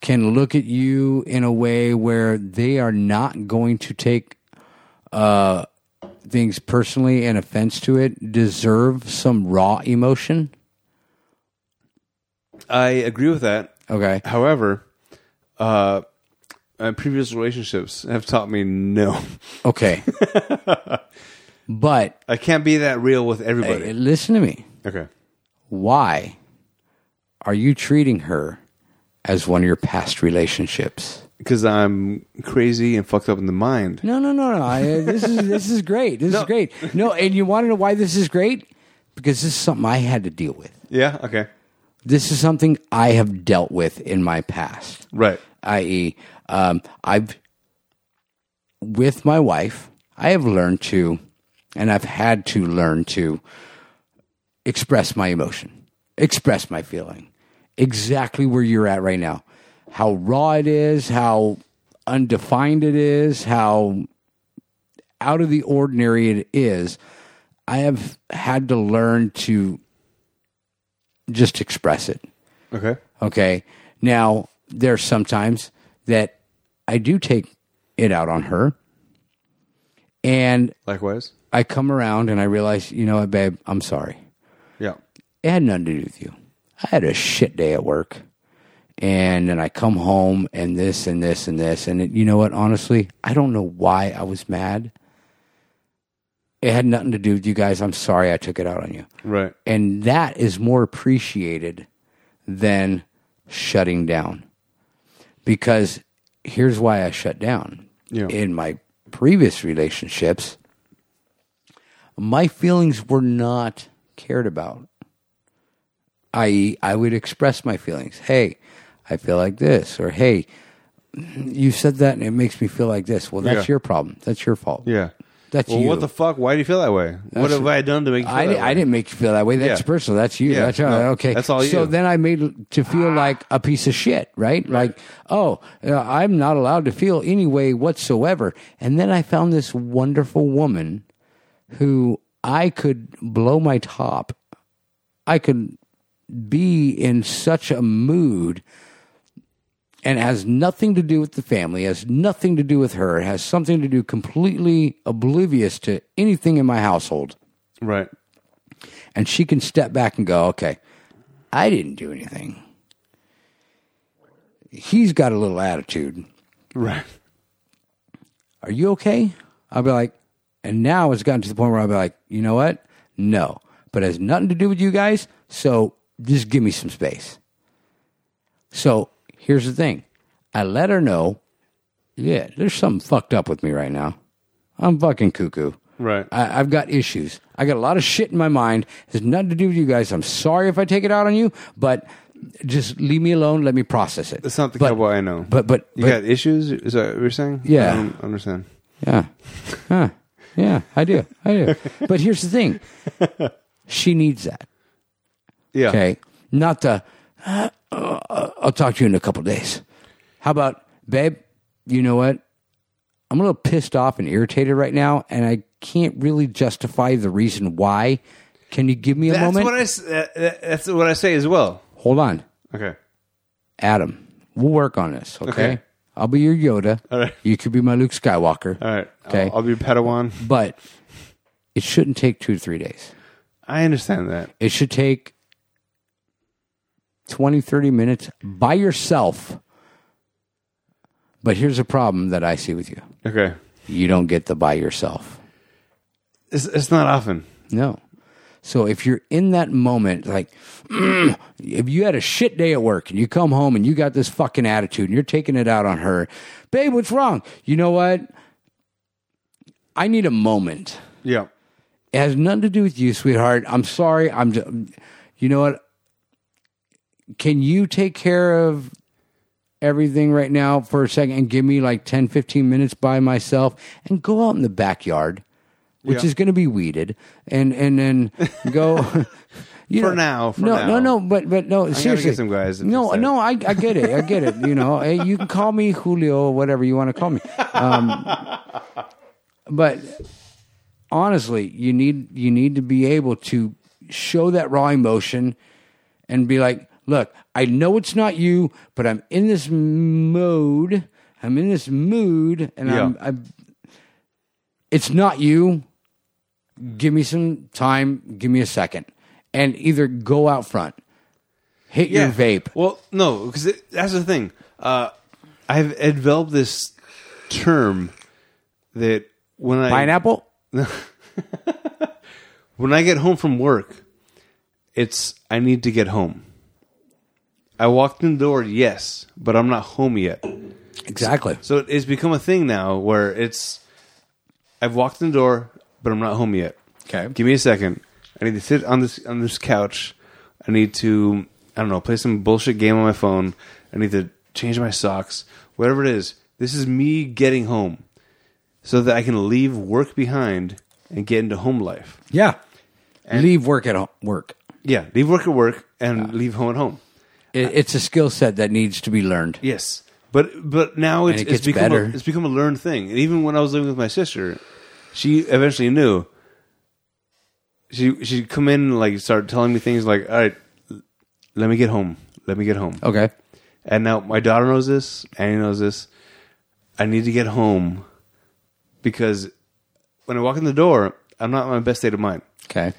S3: can look at you in a way where they are not going to take uh, things personally and offense to it deserve some raw emotion?
S2: i agree with that
S3: Okay.
S2: however uh my previous relationships have taught me no
S3: Okay. but
S2: i can't be that real with
S3: uh,
S2: everybody
S3: listen to me.
S2: okay
S3: Why are you treating her as one of your past relationships?
S2: because I'm crazy and fucked up in the mind.
S3: No, no, no, no. I, uh, this is this is great. This is great. No, and you want to know why this is great? Because this is something I had to deal with.
S2: Yeah. Okay.
S3: This is something I have dealt with in my past.
S2: Right.
S3: I.e., um, I've with my wife. I have learned to, and I've had to learn to express my emotion, express my feeling, exactly where you're at right now, how raw it is, how undefined it is, how out of the ordinary it is, I have had to learn to just express it.
S2: Okay.
S3: Okay. Now, there's sometimes that I do take it out on her. And
S2: Likewise.
S3: I come around and I realize, you know what, babe, I'm sorry.
S2: Yeah.
S3: It had nothing to do with you. I had a shit day at work. and then I come home and this and this and this. And it, you know what? Honestly, I don't know why I was mad. It had nothing to do with you guys. I'm sorry I took it out on you.
S2: Right.
S3: And that is more appreciated than shutting down. Because here's why I shut down.
S2: Yeah.
S3: In my previous relationships, my feelings were not cared about. I E, I would express my feelings. Hey, I feel like this or hey, you said that and it makes me feel like this. Well, that's
S2: Yeah.
S3: your problem. That's your fault.
S2: Yeah.
S3: That's
S2: well,
S3: you.
S2: what the fuck? Why do you feel that way? what have I done to make you feel
S3: I,
S2: that
S3: di-
S2: way?
S3: I didn't make you feel that way. That's
S2: Yeah.
S3: personal. That's you.
S2: Yeah,
S3: That's all.
S2: no,
S3: okay.
S2: that's all
S3: So
S2: you. Ah.
S3: then I made to feel like a piece of shit, right? Like, oh, uh, I'm not allowed to feel any way whatsoever. And then I found this wonderful woman who I could blow my top. I could be in such a mood and has nothing to do with the family, has nothing to do with her, has something to do completely oblivious to anything in my household
S2: Right.
S3: and she can step back and go, okay, I didn't do anything. He's got a little attitude.
S2: Right.
S3: Are you okay? I'll be like, and now it's gotten to the point where I'll be like, you know what? No, but it has nothing to do with you guys. So just give me some space. So here's the thing I let her know, yeah, there's something fucked up with me right now. I'm fucking cuckoo.
S2: Right.
S3: I, I've got issues. I got a lot of shit in my mind. It has nothing to do with you guys. I'm sorry if I take it out on you, but just leave me alone. Let me process it.
S2: That's not the
S3: but,
S2: cowboy I know.
S3: But but,
S2: you
S3: but-
S2: got issues? Is that what you're saying?
S3: Yeah.
S2: I don't understand.
S3: yeah, huh. yeah, I do, I do. but here's the thing: she needs that.
S2: Yeah.
S3: Okay, not the. "Uh, uh, I'll talk to you in a couple days. How about, babe? You know what? I'm a little pissed off and irritated right now, and I can't really justify the reason why. Can you give me a
S2: That's
S3: moment?
S2: what I. s- uh, uh, That's what I say as well.
S3: Hold on,
S2: Okay.
S3: Adam. We'll work on this. Okay.
S2: Okay.
S3: I'll be your Yoda.
S2: All right.
S3: You could be my Luke Skywalker.
S2: All right.
S3: Okay.
S2: I'll, I'll be Padawan.
S3: But it shouldn't take two to three days.
S2: I understand that.
S3: It should take 20, 30 minutes by yourself. But here's a problem that I see with you
S2: Okay.
S3: you don't get the by yourself.
S2: It's, it's not often.
S3: No. So if you're in that moment, like "Mm, if you had a shit day at work and you come home and you got this fucking attitude and you're taking it out on her, babe, what's wrong? You know what? I need a moment.
S2: Yeah.
S3: It has nothing to do with you, sweetheart. I'm sorry. I'm. Just, you know what? Can you take care of everything right now for a second and give me like 10, 15 minutes by myself and go out in the backyard, which
S2: Yeah.
S3: is going to be weeded, and and then go. you
S2: For now, for
S3: no,
S2: now.
S3: no, no, but but no, seriously,
S2: some guys to
S3: No,
S2: fix that.
S3: no, I, I get it, I get it. You know, hey, you can call me Julio, whatever you want to call me. Um, but honestly you need you need to be able to show that raw emotion and be like look i know it's not you but i'm in this mode i'm in this mood and i'm,
S2: Yeah.
S3: I'm it's not you give me some time give me a second and either go out front hit your vape
S2: Well, no, because that's the thing. Uh, I've developed this term that when I
S3: pineapple
S2: when I get home from work, it's I need to get home. I walked in the door, yes, but I'm not home yet.
S3: exactly
S2: So it's become a thing now where it's I've walked in the door, but I'm not home yet.
S3: Okay.
S2: Give me a second. I need to sit on this on this couch. I need to I don't know, play some bullshit game on my phone. I need to change my socks. Whatever it is. This is me getting home. So that I can leave work behind and get into home life.
S3: yeah leave work at home, work
S2: Yeah, leave work at work and leave home at home.
S3: it, it's a skill set that needs to be learned
S2: Yes, but but now it's,
S3: it
S2: it's
S3: gets
S2: become
S3: better.
S2: A, it's become a learned thing. And even when I was living with my sister, she eventually knew. She she'd come in and like start telling me things like, "All right, l- let me get home. Let me get home."
S3: okay
S2: And now my daughter knows this. Annie knows this. I need to get home because when I walk in the door, I'm not in my best state of mind.
S3: okay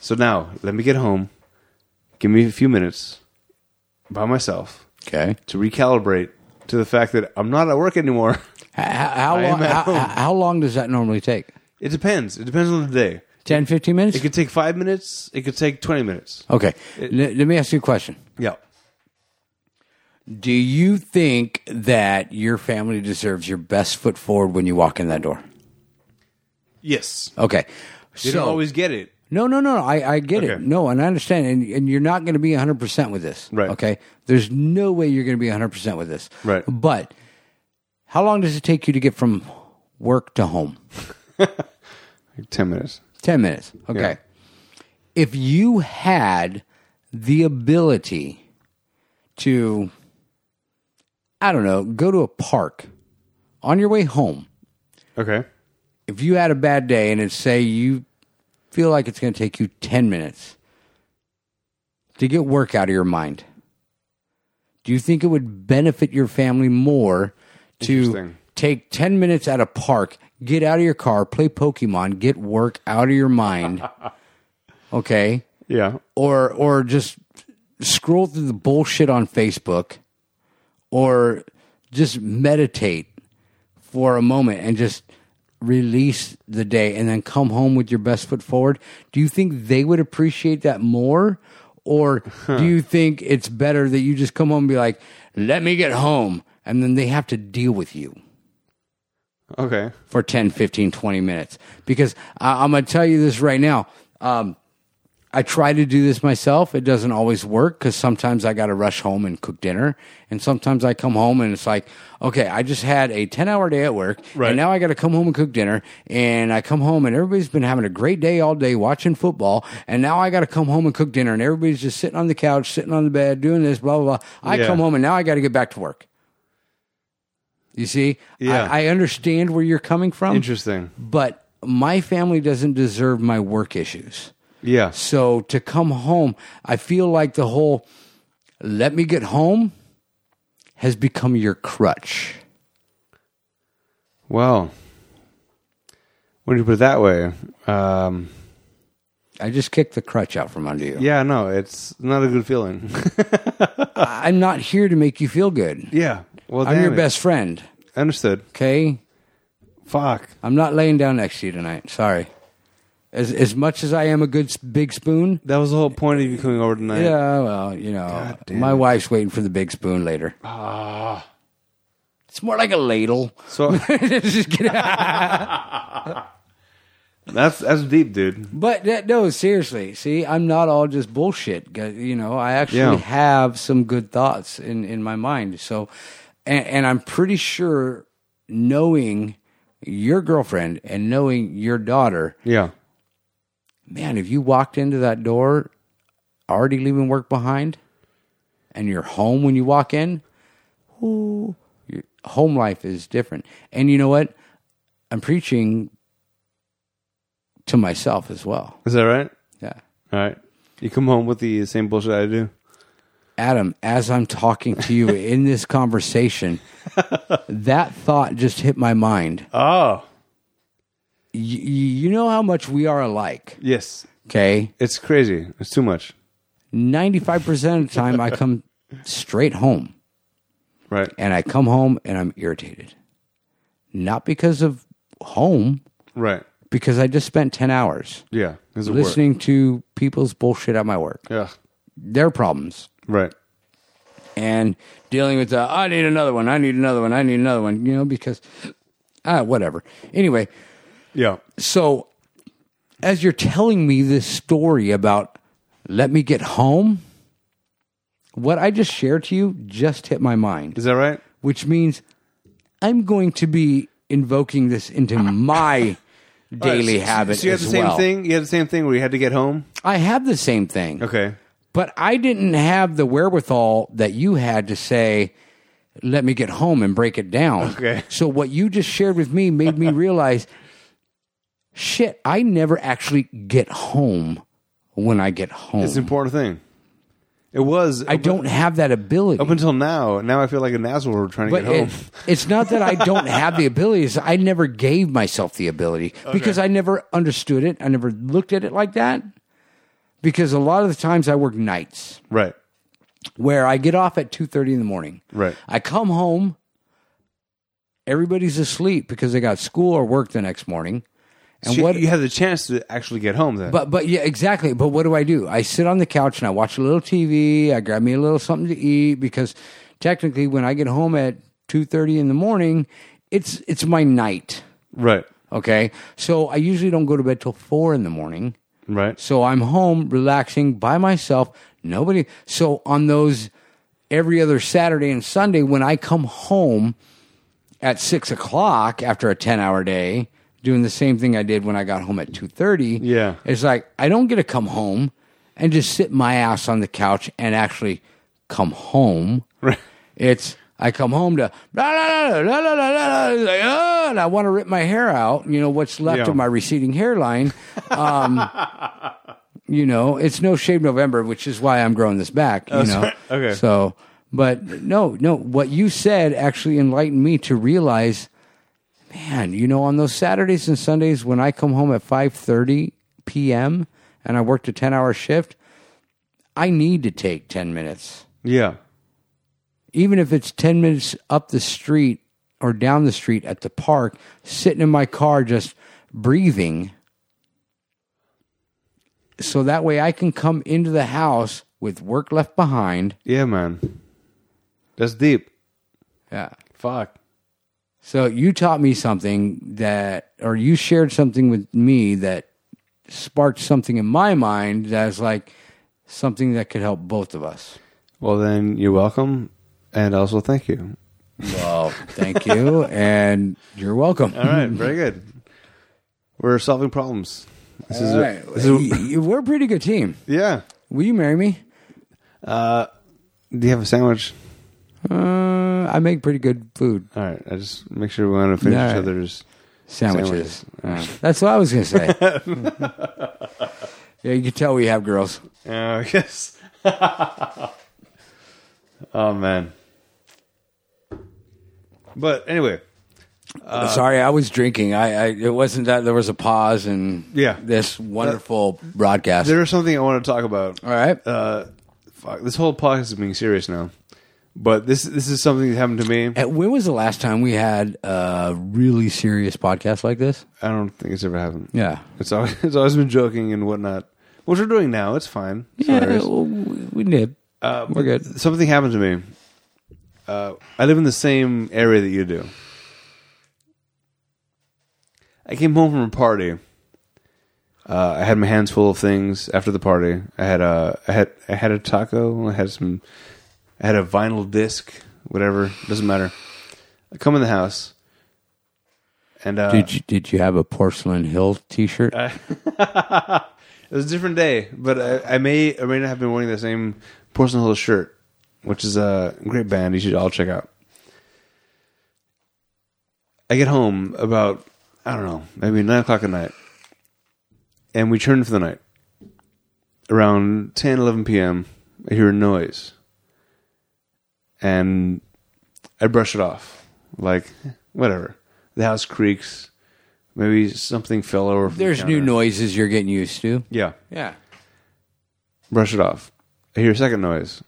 S2: So now, let me get home. Give me a few minutes by myself.
S3: Okay.
S2: to recalibrate to the fact that I'm not at work anymore.
S3: How, how,
S2: I am
S3: long,
S2: at
S3: how,
S2: home.
S3: how long does that normally take?
S2: It depends. It depends on the day.
S3: 10, 15 minutes?
S2: It could take five minutes. It could take twenty minutes.
S3: okay. Let- let me ask you a question.
S2: Yeah.
S3: Do you think that your family deserves your best foot forward when you walk in that door?
S2: Yes.
S3: Okay.
S2: They
S3: so,
S2: don't always get it.
S3: no, no, no. I, I get it.
S2: Okay.
S3: No, and I understand. And, and you're not going to be 100% with this.
S2: Right.
S3: Okay. There's no way you're going to be 100% with this.
S2: Right.
S3: But how long does it take you to get from work to home?
S2: Like Ten minutes.
S3: 10 minutes. Okay.
S2: Yeah.
S3: If you had the ability to, I don't know, go to a park on your way home,
S2: Okay.
S3: if you had a bad day and it's say you feel like it's going to take you 10 minutes to get work out of your mind, do you think it would benefit your family more to
S2: Interesting.
S3: take 10 minutes at a park, get out of your car, play Pokemon, get work out of your mind? okay.
S2: Yeah.
S3: Or, or just scroll through the bullshit on Facebook or just meditate for a moment and just release the day and then come home with your best foot forward, do you think they would appreciate that more? Or do you think it's better that you just come home and be like, let me get home? And then they have to deal with you
S2: Okay.
S3: for 10, 15, 20 minutes. Because I, I'm going to tell you this right now. Um, I try to do this myself. It doesn't always work because sometimes I got to rush home and cook dinner. And sometimes I come home and it's like, okay, I just had a 10 hour day at work.
S2: Right.
S3: And now I got to come home and cook dinner. And I come home and everybody's been having a great day all day watching football. And now I got to come home and cook dinner. And everybody's just sitting on the couch, sitting on the bed, doing this, blah, blah, blah. I
S2: Yeah.
S3: come home and now I got to get back to work. You see,
S2: Yeah.
S3: I, I understand where you're coming
S2: Um,
S3: from,
S2: Interesting.
S3: but my family doesn't deserve my work issues.
S2: Yeah.
S3: So to come home, I feel like the whole let me get home has become your crutch.
S2: Wow. When you put it that way, um,
S3: I just kicked the crutch out from under you.
S2: yeah, no, it's not a good feeling.
S3: I- I'm not here to make you feel good.
S2: yeah. Well,
S3: I'm
S2: damn
S3: your
S2: it.
S3: best friend,
S2: Understood.
S3: okay?
S2: Fuck.
S3: I'm not laying down next to you tonight. Sorry. As as much as I am a good s- big spoon,
S2: That was the whole point of you coming over tonight.
S3: Yeah, well, you know,
S2: damn
S3: my
S2: it.
S3: wife's waiting for the big spoon later. Ah. It's more like a ladle.
S2: So
S3: Just kidding.
S2: that's that's deep, dude.
S3: but that, no, seriously. See, I'm not all just bullshit. gu- You know, I actually
S2: Yeah.
S3: have some good thoughts in, in my mind. So, and, and I'm pretty sure knowing your girlfriend and knowing your daughter,
S2: Yeah.
S3: man, if you walked into that door already leaving work behind and you're home when you walk in, ooh, your home life is different. And you know what? I'm preaching to myself as well.
S2: Is that right?
S3: Yeah.
S2: All right. You come home with the same bullshit I do.
S3: Adam, as I'm talking to you in this conversation, that thought just hit my mind.
S2: Oh.
S3: Y- y- you know how much we are alike,
S2: Yes.
S3: okay?
S2: It's crazy. It's too much.
S3: 95% of the time I come straight home.
S2: Right.
S3: and I come home and I'm irritated. Not because of home,
S2: Right.
S3: because I just spent 10 hours
S2: Yeah. It's a work.
S3: listening to people's bullshit at my work,
S2: Yeah.
S3: their problems,
S2: Right.
S3: and dealing with the, I need another one, I need another one, I need another one, you know, because, ah, whatever. Anyway,
S2: Yeah.
S3: so as you're telling me this story about let me get home, what I just shared to you just hit my mind.
S2: Is that right?
S3: which means I'm going to be invoking this into my
S2: All
S3: daily
S2: right, so-
S3: habit
S2: So you had
S3: as
S2: the same
S3: well.
S2: thing. You had the same thing where you had to get home.
S3: I have the same thing,
S2: Okay.
S3: but I didn't have the wherewithal that you had to say, "Let me get home and break it down."
S2: Okay.
S3: So what you just shared with me made me realize, shit, I never actually get home when I get home.
S2: It's an important thing. It was.
S3: Mm. I don't have that ability.
S2: Up until now, now I feel like an asshole trying to get
S3: But
S2: home.
S3: it, it's not that I don't have the abilities. I never gave myself the ability because I never understood it. I never looked at it like that. Because a lot of the times I work nights
S2: right.
S3: where I get off at 2:30 in the morning.
S2: Right.
S3: I come home everybody's asleep because they got school or work the next morning. And
S2: So
S3: what
S2: you had the chance to actually get home then.
S3: but but yeah, exactly. But what do I do? I sit on the couch and I watch a little TV. I grab me a little something to eat because technically, when I get home at two thirty in the morning, it's it's my night.
S2: right.
S3: Okay, so I usually don't go to bed till four in the morning.
S2: Right.
S3: So I'm home relaxing by myself. Nobody. So on those every other Saturday and Sunday, when I come home at six o'clock after a ten hour day, doing the same thing I did when I got home at two thirty.
S2: Yeah.
S3: it's like I don't get to come home and just sit my ass on the couch and actually come home.
S2: Right.
S3: It's I come home to la la la la la la la, la like, oh, and I want to rip my hair out. You know what's left
S2: Yeah.
S3: of my receding hairline. Um, you know, it's no shave November, which is why I'm growing this back. You know,
S2: Oh, sorry. Okay.
S3: So, but no, no, what you said actually enlightened me to realize, man, you know, on those Saturdays and Sundays when I come home at five thirty p.m. and I worked a ten hour shift, I need to take ten minutes
S2: Yeah.
S3: even if it's 10 minutes up the street or down the street at the park, sitting in my car just breathing. So that way I can come into the house with work left behind.
S2: Yeah, man. That's deep.
S3: Yeah.
S2: Fuck.
S3: So you taught me something that, or you shared something with me that sparked something in my mind that's like something that could help both of us.
S2: Well, then you're welcome, and also thank you.
S3: Well, thank you. And you're welcome.
S2: All right, very good. We're solving problems. This is,
S3: All right.
S2: this is
S3: Y- y- We're a pretty good team.
S2: yeah.
S3: Will you marry me?
S2: Do you have a sandwich?
S3: Uh, I make pretty good food
S2: All right, I just make sure we want to finish
S3: All
S2: each
S3: right.
S2: other's.
S3: sandwiches. Uh, that's what I was gonna say. yeah, you can tell we have girls.
S2: Uh, yes. oh man. But anyway,
S3: Sorry, I was drinking. I, I it wasn't that there was a pause and
S2: Yeah.
S3: this wonderful broadcast.
S2: there is something I want to talk about.
S3: All right,
S2: Uh, fuck, this whole podcast is being serious now. But this this is something that happened to me.
S3: Uh, when was the last time we had a really serious podcast like this?
S2: I don't think it's ever happened.
S3: Yeah,
S2: It's always, it's always been joking and whatnot. What we're doing now, it's fine. It's
S3: yeah,
S2: hilarious.
S3: well, we we did.
S2: Uh,
S3: We're
S2: but
S3: good.
S2: Something happened to me. Uh, I live in the same area that you do. I came home from a party. Uh, I had my hands full of things after the party. I had a, I had, I had a taco. I had some, I had a vinyl disc. Whatever doesn't matter. I come in the house, and uh,
S3: Did you did you have a porcelain hill T-shirt?
S2: It was a different day, but I, I may or may not have been wearing the same Porcelain Hill shirt, which is a great band you should all check out. I get home about, I don't know, maybe 9 o'clock at night, and we turn for the night. Around 10, 11 p.m., I hear a noise, and I brush it off. Like, whatever. The house creaks. Maybe something fell over. from the
S3: There's new
S2: counter.
S3: noises you're getting used to.
S2: Yeah
S3: Yeah.
S2: brush it off. I hear a second noise.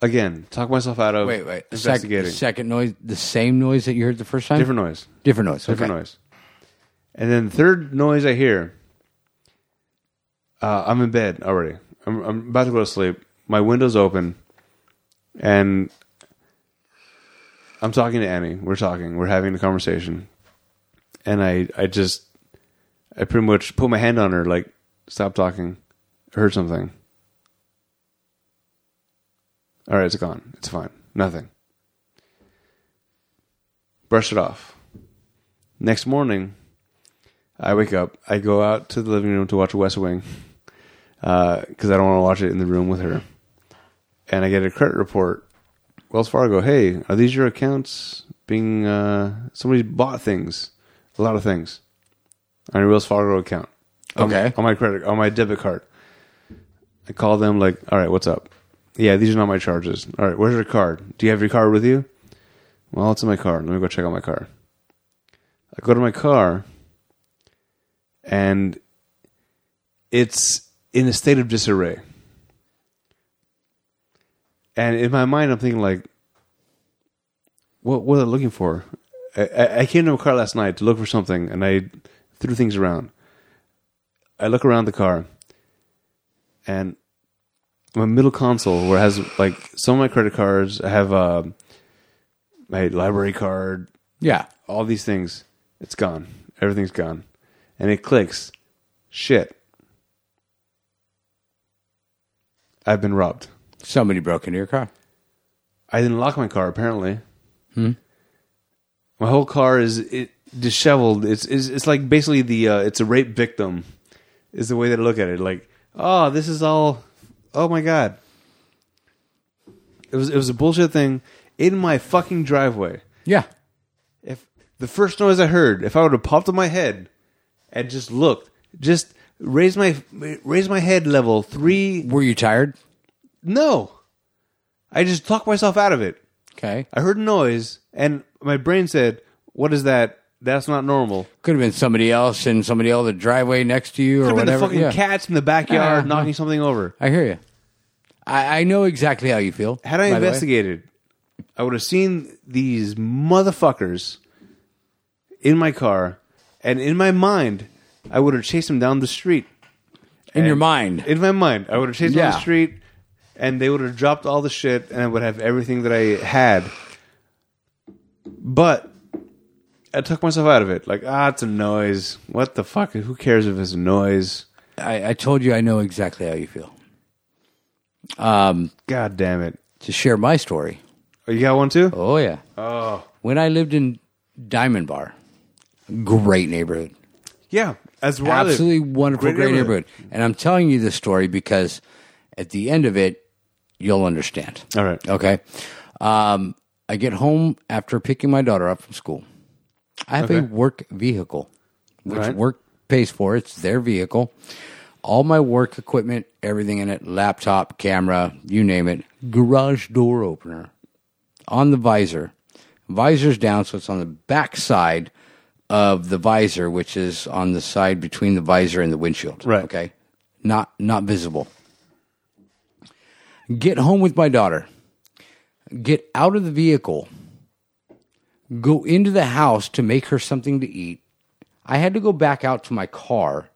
S2: Again, talk myself out of
S3: Wait, wait. Sec-
S2: investigating.
S3: second noise, the same noise that you heard the first time?
S2: different noise,
S3: Different noise.
S2: different
S3: okay.
S2: noise. And then the third noise I hear. Uh, I'm in bed already. I'm, I'm about to go to sleep. My window's open, and I'm talking to Annie. We're talking. We're having a conversation, and I I just I pretty much put my hand on her like stop talking. I heard something. All right, it's gone. It's fine. Nothing. Brush it off. Next morning, I wake up. I go out to the living room to watch West Wing because I don't want to watch it in the room with her. And I get a credit report. Wells Fargo. Hey, are these your accounts? Being uh, somebody bought things, a lot of things, on your Wells Fargo account. On-
S3: Okay.
S2: On my credit, on my debit card. I call them like, all right, what's up? Yeah, these are not my charges. All right, where's your card? Do you have your card with you? Well, it's in my car. Let me go check out my car. I go to my car, and it's in a state of disarray. And in my mind, I'm thinking like, what what are they looking for? I, I, I came to a car last night to look for something, and I threw things around. I look around the car, and my middle console where it has like some of my credit cards. I have uh, my library card,
S3: Yeah.
S2: all these things. It's gone. Everything's gone, and it clicks. Shit, I've been robbed.
S3: Somebody broke into your car.
S2: I didn't lock my car apparently. My whole car is it, disheveled. It's, it's it's like basically the uh, it's a rape victim is the way they look at it. Like oh, this is all oh my god. It was it was a bullshit thing in my fucking driveway.
S3: Yeah.
S2: If the first noise I heard, if I would have popped up my head and just looked, just raised my raised my head level three.
S3: Were you tired?
S2: No, I just talked myself out of it.
S3: Okay.
S2: I heard a noise, and my brain said, "What is that? That's not normal."
S3: Could have been somebody else in somebody else the driveway next to you or
S2: Could have been the
S3: whatever.
S2: fucking
S3: Yeah.
S2: cats in the backyard
S3: Uh-huh.
S2: knocking something over.
S3: I hear you. I, I know exactly how you feel.
S2: Had I
S3: by the way.
S2: investigated, I would have seen these motherfuckers in my car, and in my mind, I would have chased them down the street.
S3: in your mind,
S2: In my mind, I would have chased them down
S3: Yeah.
S2: the street, and they would have dropped all the shit, and I would have everything that I had. But I took myself out of it. Like, ah, it's a noise. What the fuck? Who cares if it's a noise?
S3: I, I told you I know exactly how you feel.
S2: God damn it.
S3: To share my story.
S2: Oh, you got one too?
S3: Oh yeah. Oh. When I lived in Diamond Bar, great neighborhood.
S2: Yeah. That's where I live.
S3: Absolutely wonderful,
S2: Great
S3: great,
S2: neighborhood.
S3: neighborhood. And I'm telling you this story because at the end of it, you'll understand.
S2: All right.
S3: Okay. Um, I get home after picking my daughter up from school. I have a
S2: Okay.
S3: work vehicle, which
S2: Right.
S3: work pays for. It's their vehicle. All my work equipment, everything in it laptop, camera, you name it, garage door opener on the visor. Visor's down, so it's on the back side of the visor, which is on the side between the visor and the windshield.
S2: Right.
S3: Okay. Not not visible. Get home with my daughter. Get out of the vehicle. Go into the house to make her something to eat. I had to go back out to my car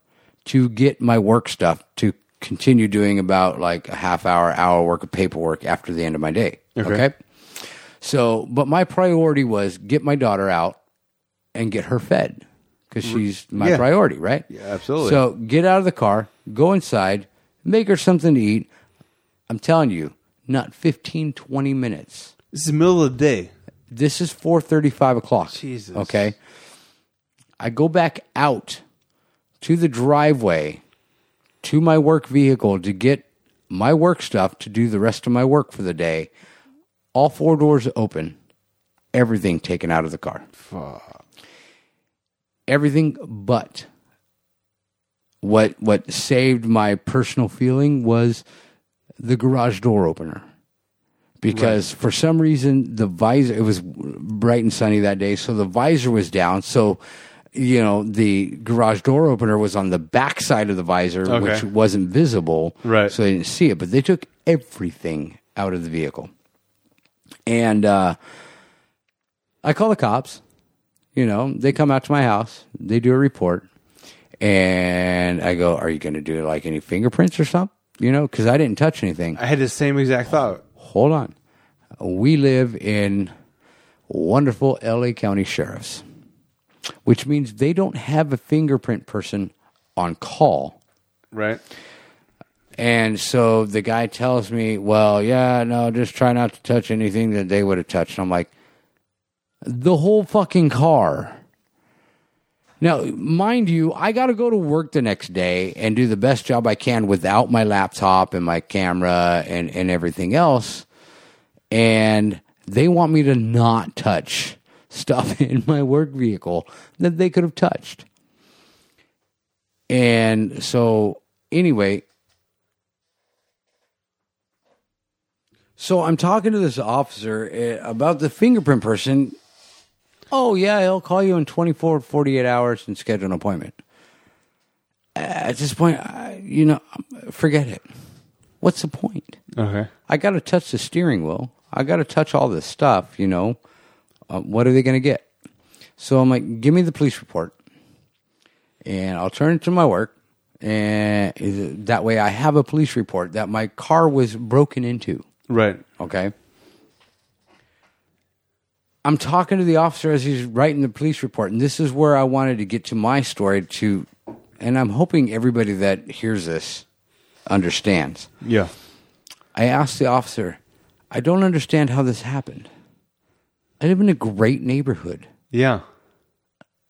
S3: to get my work stuff to continue doing about like a half hour, hour work of paperwork after the end of my day.
S2: Okay.
S3: okay? So, but my priority was get my daughter out and get her fed because she's my
S2: Mm. yeah.
S3: priority, right? Yeah,
S2: absolutely.
S3: So get out of the car, go inside, make her something to eat. I'm telling you, not 15, 20 minutes.
S2: This is the middle of the day.
S3: This is 4.35 o'clock.
S2: Jesus.
S3: Okay. I go back out to the driveway to my work vehicle to get my work stuff to do the rest of my work for the day. All four doors open, everything taken out of the car. Everything but what what saved my personal feeling was the garage door opener. Because for some reason the visor it was bright and sunny that day, so the visor was down. So you know the garage door opener was on the back side of the visor,
S2: Okay.
S3: which wasn't visible,
S2: Right.
S3: So they didn't see it, but they took everything out of the vehicle, and uh, I call the cops. You know, they come out to my house, they do a report, and I go, "Are you going to do like any fingerprints or something?" You know, because I didn't touch anything.
S2: I had the same exact thought.
S3: Hold on, we live in wonderful LA County sheriffs, which means they don't have a fingerprint person on call.
S2: Right?
S3: And so the guy tells me, well, yeah, no, just try not to touch anything that they would have touched. I'm like, the whole fucking car. Now, mind you, I got to go to work the next day and do the best job I can without my laptop and my camera and, and everything else. And they want me to not touch stuff in my work vehicle that they could have touched. And so, anyway, So I'm talking to this officer uh, about the fingerprint person. Oh, yeah, he'll call you in 24, 48 hours and schedule an appointment. At this point, I, you know, forget it. what's the point?
S2: Okay.
S3: I got to touch the steering wheel. I got to touch all this stuff, you know. Uh, what are they going to get? So I'm like, give me the police report and I'll turn it to my work. And is- that way I have a police report that my car was broken into.
S2: Right.
S3: Okay. I'm talking to the officer as he's writing the police report, and this is where I wanted to get to my story to, and I'm hoping everybody that hears this understands.
S2: Yeah.
S3: I asked the officer, I don't understand how this happened. I live in a great neighborhood.
S2: Yeah.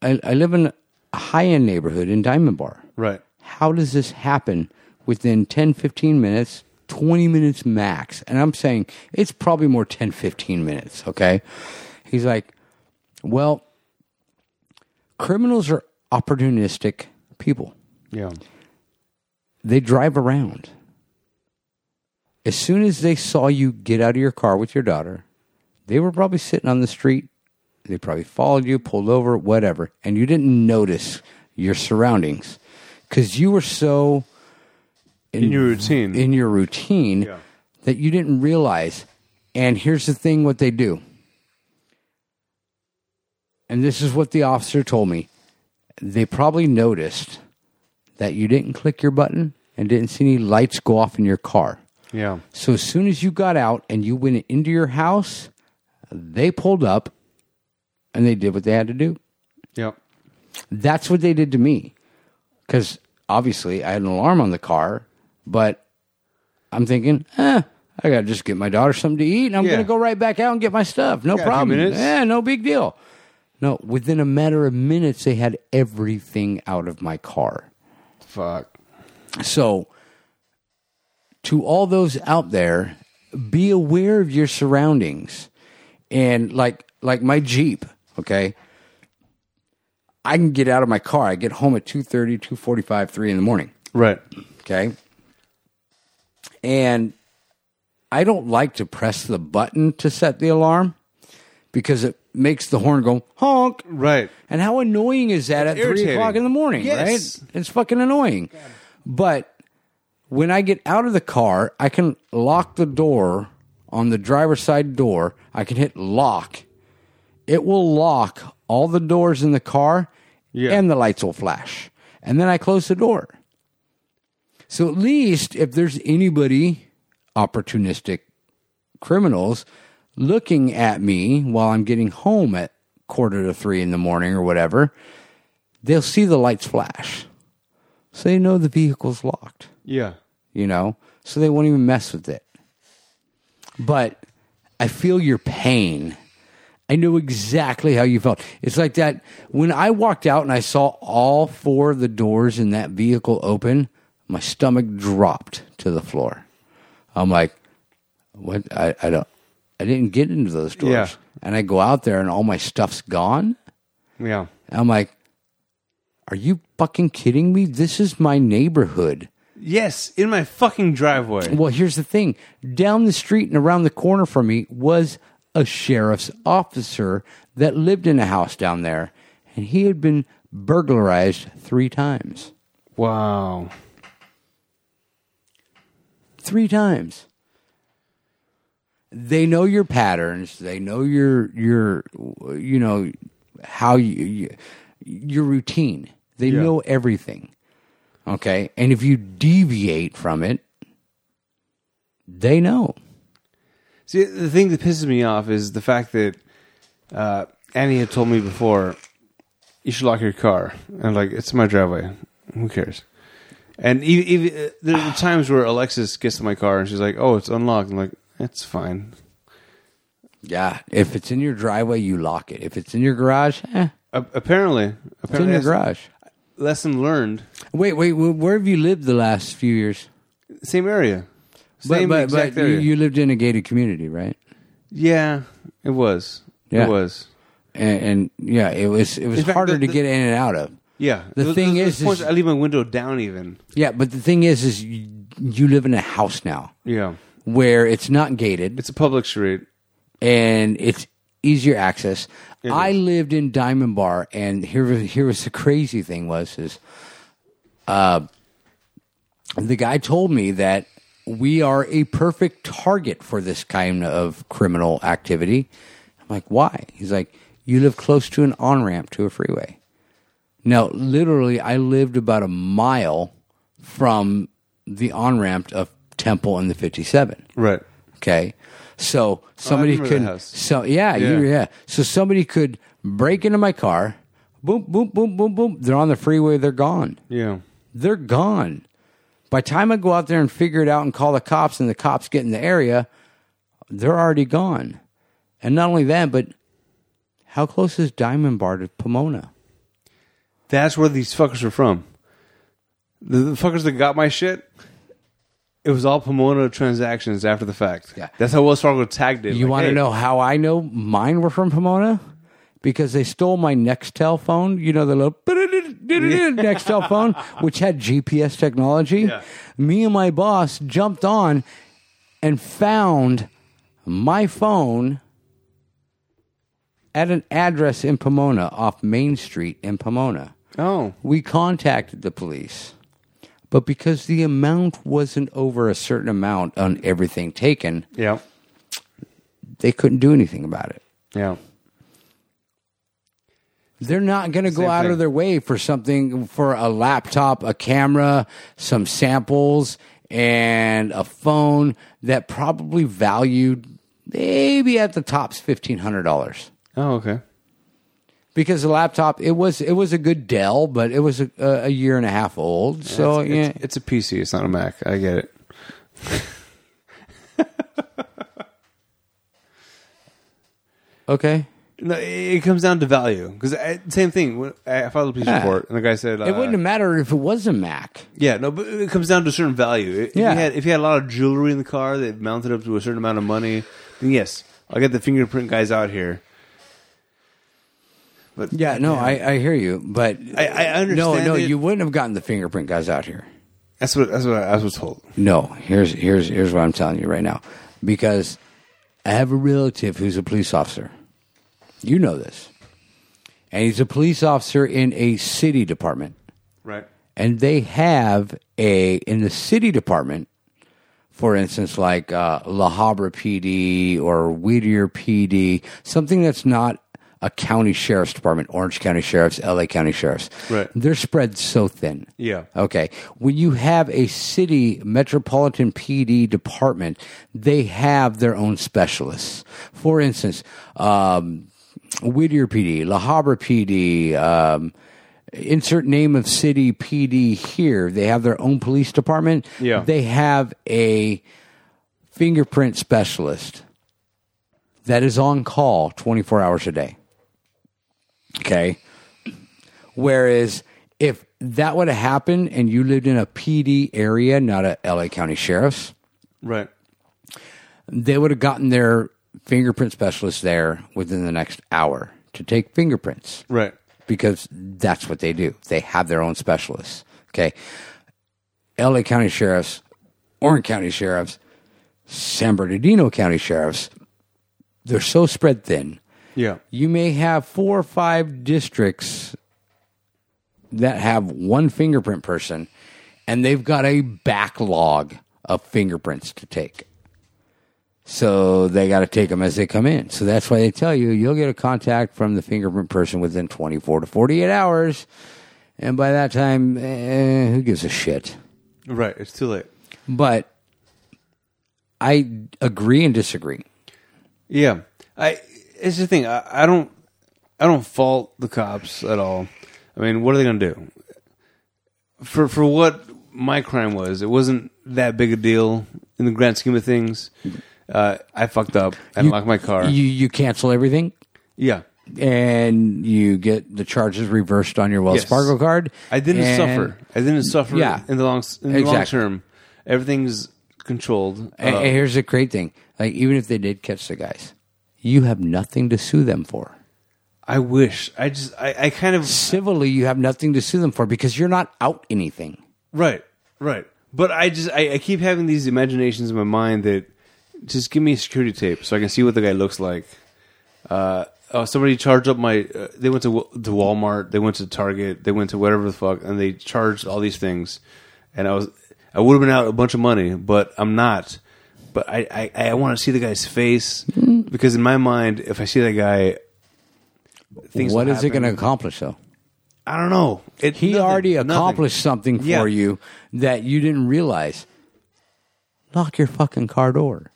S3: I, I live in a high end neighborhood in Diamond Bar.
S2: Right.
S3: How does this happen within 10, 15 minutes, 20 minutes max? And I'm saying it's probably more 10, 15 minutes, okay? He's like, well, criminals are opportunistic people
S2: Yeah.
S3: they drive around. As soon as they saw you get out of your car with your daughter, they were probably sitting on the street. They probably followed you, pulled over, whatever, and you didn't notice your surroundings because you were so
S2: In your routine.
S3: in your routine
S2: Yeah.
S3: that you didn't realize. And here's the thing what they do. And this is what the officer told me. They probably noticed that you didn't click your button and didn't see any lights go off in your car.
S2: yeah.
S3: So as soon as you got out and you went into your house, they pulled up and they did what they had to do.
S2: Yeah.
S3: That's what they did to me. Because obviously I had an alarm on the car, but I'm thinking, eh, I got to just get my daughter something to eat and I'm
S2: Yeah.
S3: going to go right back out and get my stuff. No
S2: got a few
S3: problem.
S2: minutes.
S3: Yeah, no big deal. No, within a matter of minutes, they had everything out of my car.
S2: Fuck.
S3: So, to all those out there, be aware of your surroundings, and like like my Jeep. Okay, I can get out of my car. I get home at 2.30, 2.45, 3 in the morning.
S2: Right.
S3: Okay, and I don't like to press the button to set the alarm because it makes the horn go honk.
S2: Right.
S3: And how annoying is that at three
S2: irritating.
S3: o'clock in the morning,
S2: Yes.
S3: right? It's fucking annoying. But when I get out of the car, I can lock the door on the driver's side door. I can hit lock. It will lock all the doors in the car
S2: Yeah.
S3: and the lights will flash. And then I close the door. So at least if there's anybody opportunistic criminals looking at me while I'm getting home at quarter to three in the morning or whatever, they'll see the lights flash. So they know the vehicle's locked,
S2: Yeah.
S3: you know? So they won't even mess with it. But I feel your pain. I know exactly how you felt. It's like that when I walked out and I saw all four of the doors in that vehicle open, my stomach dropped to the floor. I'm like, what? I, I don't, I didn't get into those doors.
S2: Yeah.
S3: And I go out there and all my stuff's gone.
S2: Yeah.
S3: I'm like, are you fucking kidding me? This is my neighborhood.
S2: Yes, in my fucking driveway.
S3: Well, here's the thing down the street and around the corner from me was a sheriff's officer that lived in a house down there, and he had been burglarized three times.
S2: Wow.
S3: Three times. They know your patterns. They know your your you know how you, you your routine. They
S2: Yeah.
S3: know everything. Okay, and if you deviate from it, they know.
S2: See, the thing that pisses me off is the fact that uh, Annie had told me before, you should lock your car. And I'm like, it's my driveway. Who cares? And even, even, uh, there are times where Alexis gets to my car and she's like, oh, it's unlocked. I'm like, it's fine.
S3: Yeah, if it's in your driveway, you lock it. If it's in your garage, eh,
S2: A- apparently,
S3: it's in
S2: apparently
S3: your
S2: that's-
S3: garage.
S2: lesson learned.
S3: Wait, wait, wh- where have you lived the last few years?
S2: Same area. Same
S3: but but,
S2: exact
S3: but you,
S2: area.
S3: you lived in a gated community, right?
S2: yeah, it was.
S3: Yeah.
S2: It was.
S3: And, and yeah, it was it was
S2: In fact,
S3: harder
S2: the-
S3: to
S2: the-
S3: get in and out of.
S2: Yeah.
S3: The
S2: Those-
S3: thing
S2: those-
S3: is-
S2: those points,
S3: is-
S2: I leave my window down even.
S3: Yeah, but the thing is, is you, you live in a house now
S2: Yeah.
S3: where it's not gated
S2: It's a public street.
S3: and it's easier access.
S2: It
S3: I
S2: is.
S3: lived in Diamond Bar, and here was- here was the crazy thing was is, uh, the guy told me that we are a perfect target for this kind of criminal activity. I'm like, why? He's like, you live close to an on ramp to a freeway. Now, literally, I lived about a mile from the on ramp of Temple and the 57.
S2: Right.
S3: Okay. So somebody
S2: Oh, remember that
S3: could
S2: house.
S3: so yeah, yeah. You,
S2: Yeah.
S3: yeah. So somebody could break into my car. Boom, boom, boom, boom, boom. They're on the freeway, they're gone.
S2: Yeah.
S3: They're gone. By the time I go out there and figure it out and call the cops and the cops get in the area, they're already gone. And not only that, but how close is Diamond Bar to Pomona?
S2: That's where these fuckers are from. The, the fuckers that got my shit. It was all Pomona transactions after the fact.
S3: Yeah.
S2: That's how Wells Fargo tagged it.
S3: You
S2: Like,
S3: want to
S2: hey,
S3: know how I know mine were from Pomona? Because they stole my Nextel phone. You know the little Nextel phone, which had GPS technology.
S2: Yeah.
S3: Me and my boss jumped on and found my phone at an address in Pomona off Main Street in Pomona.
S2: Oh,
S3: We contacted the police, but because the amount wasn't over a certain amount on everything taken,
S2: yeah,
S3: they couldn't do anything about it.
S2: yeah.
S3: They're not going to go
S2: Same
S3: out of
S2: thing.
S3: their way for something for a laptop, a camera, some samples, and a phone that probably valued maybe at the tops fifteen hundred dollars.
S2: Oh, okay.
S3: Because the laptop, it was it was a good Dell, but it was a, a year and a half old. So
S2: it's,
S3: yeah,
S2: it's, it's a PC. It's not a Mac. I get it.
S3: okay.
S2: No, it it comes down to value because same thing. When I I filed a police
S3: Yeah.
S2: report, and the guy said, uh,
S3: It wouldn't have mattered if it was a Mac.
S2: Yeah, no, but it comes down to a certain value. If
S3: Yeah.
S2: you had if you had a lot of jewelry in the car that mounted up to a certain amount of money, then yes, I'll get the fingerprint guys out here. But
S3: Yeah, no, I, I hear you, but
S2: I- I
S3: No,
S2: understand
S3: no,
S2: it.
S3: you wouldn't have gotten the fingerprint guys out here.
S2: that's what that's what I, I was told.
S3: No, here's here's here's what I'm telling you right now, because I have a relative who's a police officer. You know this, and he's a police officer in a city department,
S2: Right.
S3: and they have a in the city department, for instance, like uh, La Habra PD or Whittier PD, something that's not a county sheriff's department, Orange County sheriffs, L.A. County sheriffs.
S2: Right.
S3: They're spread so thin.
S2: Yeah.
S3: Okay. When you have a city metropolitan PD department, they have their own specialists. For instance, um, Whittier PD, La Habra PD, um, insert name of city PD here. They have their own police department.
S2: Yeah.
S3: They have a fingerprint specialist that is on call 24 hours a day. Okay. Whereas if that would have happened and you lived in a PD area, not a LA County Sheriff's,
S2: Right.
S3: they would have gotten their fingerprint specialist there within the next hour to take fingerprints
S2: Right.
S3: because that's what they do. They have their own specialists. Okay. LA County Sheriff's, Orange County Sheriff's, San Bernardino County Sheriff's, they're so spread thin
S2: Yeah.
S3: you may have four or five districts that have one fingerprint person and they've got a backlog of fingerprints to take. So they got to take them as they come in. So that's why they tell you you'll get a contact from the fingerprint person within 24 to 48 hours. And by that time, eh, who gives a shit?
S2: Right. It's too late.
S3: But I agree and disagree.
S2: Yeah, I. It's the thing. I, I don't. I don't fault the cops at all. I mean, what are they going to do? For for what my crime was, it wasn't that big a deal in the grand scheme of things. Uh, I fucked up. I
S3: You-
S2: locked my car.
S3: You, you cancel everything?
S2: yeah,
S3: and you get the charges reversed on your Wells
S2: Yes.
S3: Fargo card.
S2: I didn't
S3: and-
S2: suffer. I didn't suffer.
S3: Yeah.
S2: in the long in the long
S3: Exactly.
S2: term, everything's controlled.
S3: And,
S2: Uh,
S3: and here's the great thing: like even if they did catch the guys, you have nothing to sue them for.
S2: I wish. I just. I, I kind of.
S3: Civilly, you have nothing to sue them for because you're not out anything.
S2: Right, right. But I just I, I keep having these imaginations in my mind that just give me a security tape so I can see what the guy looks like. Uh, oh, somebody charged up my. Uh, they went to Wa- to Walmart. They went to Target. They went to whatever the fuck, and they charged all these things. And I was I would have been out a bunch of money, but I'm not. But I, I, I want to see the guy's face because in my mind, if I see that guy, things
S3: What
S2: will
S3: is it
S2: happen.
S3: going to accomplish, though?
S2: I don't know. It,
S3: He
S2: nothing,
S3: already
S2: nothing.
S3: accomplished something for
S2: Yeah.
S3: you that you didn't realize. Lock your fucking car door.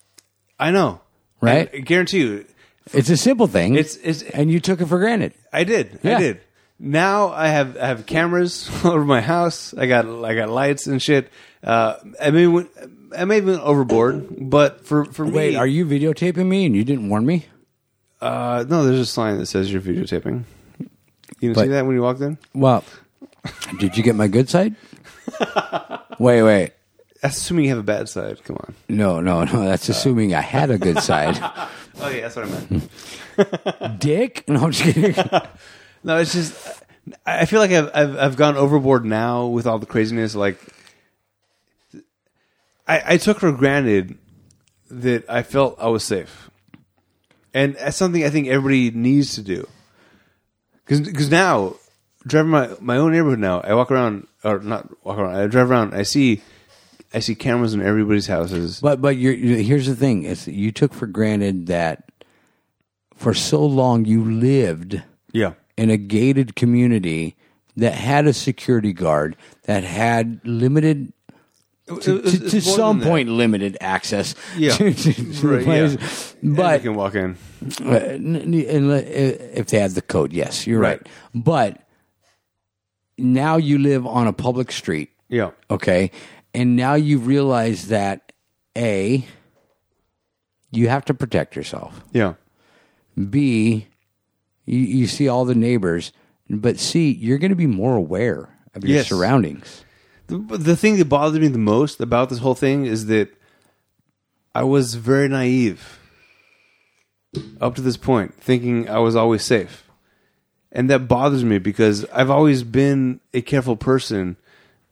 S2: I know,
S3: Right?
S2: I guarantee you,
S3: It's a simple thing.
S2: It's- it's-
S3: and you took it for granted.
S2: I did.
S3: Yeah.
S2: I did. Now I have I have cameras all over my house. I got I got lights and shit. Uh, I mean, when- I may have been overboard, but for for
S3: Wait,
S2: me,
S3: are you videotaping me and you didn't warn me?
S2: Uh, no, there's a sign that says you're videotaping. You didn't
S3: But-
S2: see that when you walked in.
S3: Well, did you get my good side? wait, wait.
S2: That's assuming you have a bad side. Come on.
S3: No, no, no. That's assuming I had a good side.
S2: Oh yeah, that's what I meant.
S3: Dick? No, I'm just kidding.
S2: no, it's just I I feel like I've, I've I've gone overboard now with all the craziness. Like, I I took for granted that I felt I was safe, and that's something I think everybody needs to do. Because now driving my my own neighborhood now, I walk around or not walk around. I drive around. I see. I see cameras in everybody's houses.
S3: But but you're, you here's the thing: is that you took for granted that for so long you lived
S2: Yeah.
S3: in a gated community that had a security guard that had limited to,
S2: It's-
S3: to,
S2: it's
S3: to
S2: more than
S3: some
S2: that.
S3: point limited access
S2: Yeah.
S3: to, to, to the
S2: Right, yeah.
S3: place. but
S2: you can walk in.
S3: uh, n- n- unle- if they had the code yes you're
S2: Right.
S3: right but now you live on a public street
S2: Yeah.
S3: Okay. And now you realize that A, you have to protect yourself.
S2: Yeah.
S3: B, you, you see all the neighbors. But C, you're going to be more aware of your
S2: Yes.
S3: surroundings.
S2: The, but the thing that bothered me the most about this whole thing is that I was very naive up to this point, thinking I was always safe. And that bothers me because I've always been a careful person,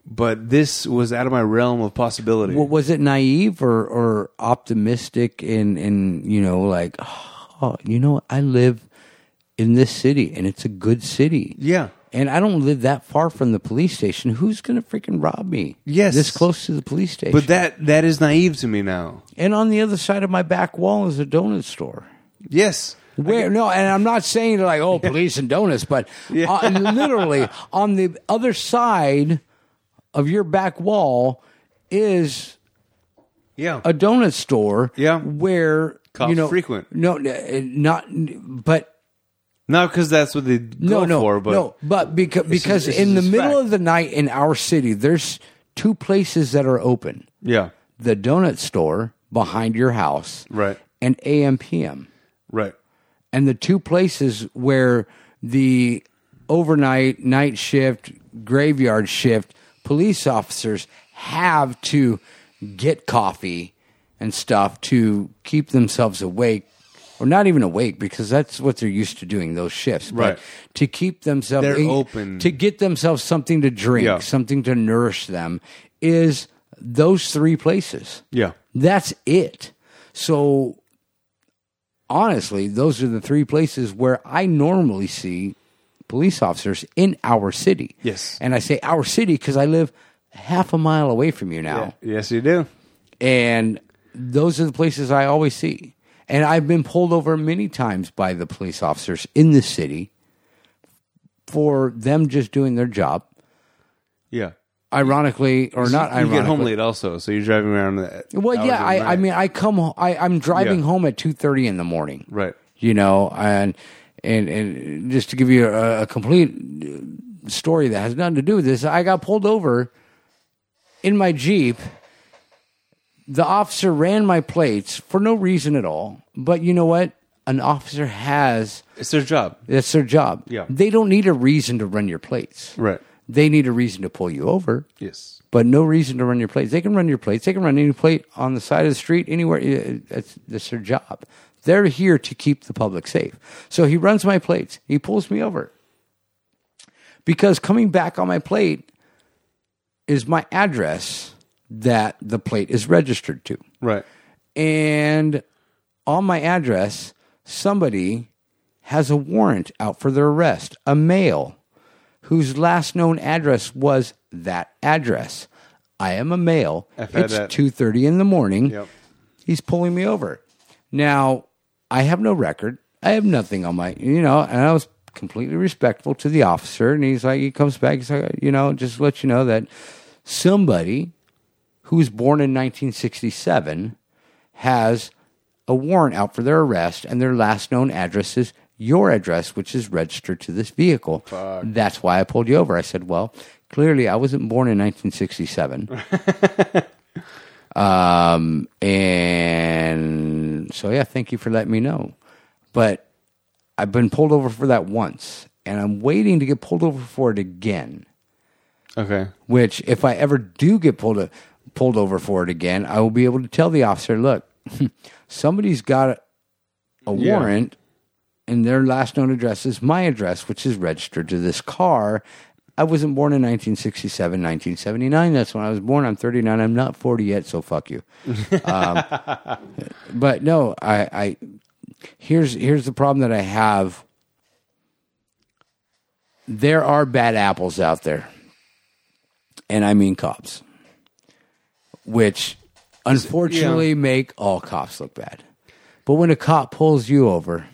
S2: but this was out of my realm of possibility.
S3: Well, was it naive or, or optimistic and, and, you know, like, oh, you know, I live in this city and it's a good city.
S2: yeah.
S3: And I don't live that far from the police station. Who's going to freaking rob me?
S2: Yes.
S3: This close to the police station.
S2: But that that is naive to me now.
S3: And on the other side of my back wall is a donut store.
S2: Yes.
S3: Where no, and I'm not saying like oh police and donuts, but uh, literally on the other side of your back wall is
S2: Yeah.
S3: a donut store.
S2: Yeah.
S3: where
S2: Cops
S3: you know
S2: frequent.
S3: No, n- not but
S2: Not because that's what they
S3: no,
S2: go
S3: no,
S2: for, but
S3: no, but
S2: This
S3: beca-
S2: is-
S3: because
S2: this
S3: in the
S2: is
S3: middle
S2: fact.
S3: of the night in our city, there's two places that are open:
S2: yeah.
S3: the donut store behind your house,
S2: Right.
S3: and AM PM.
S2: Right.
S3: and the two places where the overnight night shift graveyard shift police officers have to get coffee and stuff to keep themselves awake or not even awake because that's what they're used to doing those shifts but
S2: Right.
S3: to keep themselves
S2: They're open.
S3: to get themselves something to drink
S2: Yeah.
S3: something to nourish them is those three places
S2: Yeah.
S3: that's it. So honestly, those are the three places where I normally see police officers in our city.
S2: Yes.
S3: And I say our city because I live half a mile away from you now.
S2: Yes, you do.
S3: And those are the places I always see. And I've been pulled over many times by the police officers in the city for them just doing their job.
S2: Yeah.
S3: Ironically, or not
S2: you
S3: ironically.
S2: get home late also, so you're driving around. The
S3: Well,
S2: hours
S3: yeah,
S2: of the
S3: I, I
S2: night.
S3: mean, I come, ho- I, I'm driving
S2: Yeah.
S3: home at two thirty in the morning,
S2: right?
S3: you know, and and and just to give you a, a complete uh, story that has nothing to do with this, I got pulled over in my jeep. The officer ran my plates for no reason at all, but you know what? An officer has
S2: It's their job,
S3: that's their job.
S2: Yeah.
S3: they don't need a reason to run your plates.
S2: right?
S3: They need a reason to pull you over
S2: Yes,
S3: but no reason to run your plates. They can run your plates. They can run any plate on the side of the street, anywhere. Uh, That's, that's their job. They're here to keep the public safe. So he runs my plates. He pulls me over because coming back on my plate is my address that the plate is registered to.
S2: right.
S3: And on my address, somebody has a warrant out for their arrest, a male whose last known address was that address. I am a male.
S2: I've had that.
S3: It's two thirty in the morning.
S2: Yep.
S3: He's pulling me over. Now I have no record. I have nothing on my, you know, and I was completely respectful to the officer. And he's like, he comes back. He's like, you know, just to let you know that somebody who was born in 1967 has a warrant out for their arrest, and their last known address is your address, which is registered to this vehicle. That's why I pulled you over. I said, Well, clearly I wasn't born in 1967. um, and so, yeah, thank you for letting me know. But I've been pulled over for that once, and I'm waiting to get pulled over for it again
S2: Okay.
S3: which if I ever do get pulled pulled over for it again, I will be able to tell the officer, look, somebody's got a, a
S2: Yeah.
S3: warrant and their last known address is my address, which is registered to this car. I wasn't born in 1967, 1979. That's when I was born. I'm 39. I'm not 40 yet, so fuck you. um, but no, I, I here's here's the problem that I have. There are bad apples out there and I mean cops, which unfortunately make all cops look bad. But when a cop pulls you over,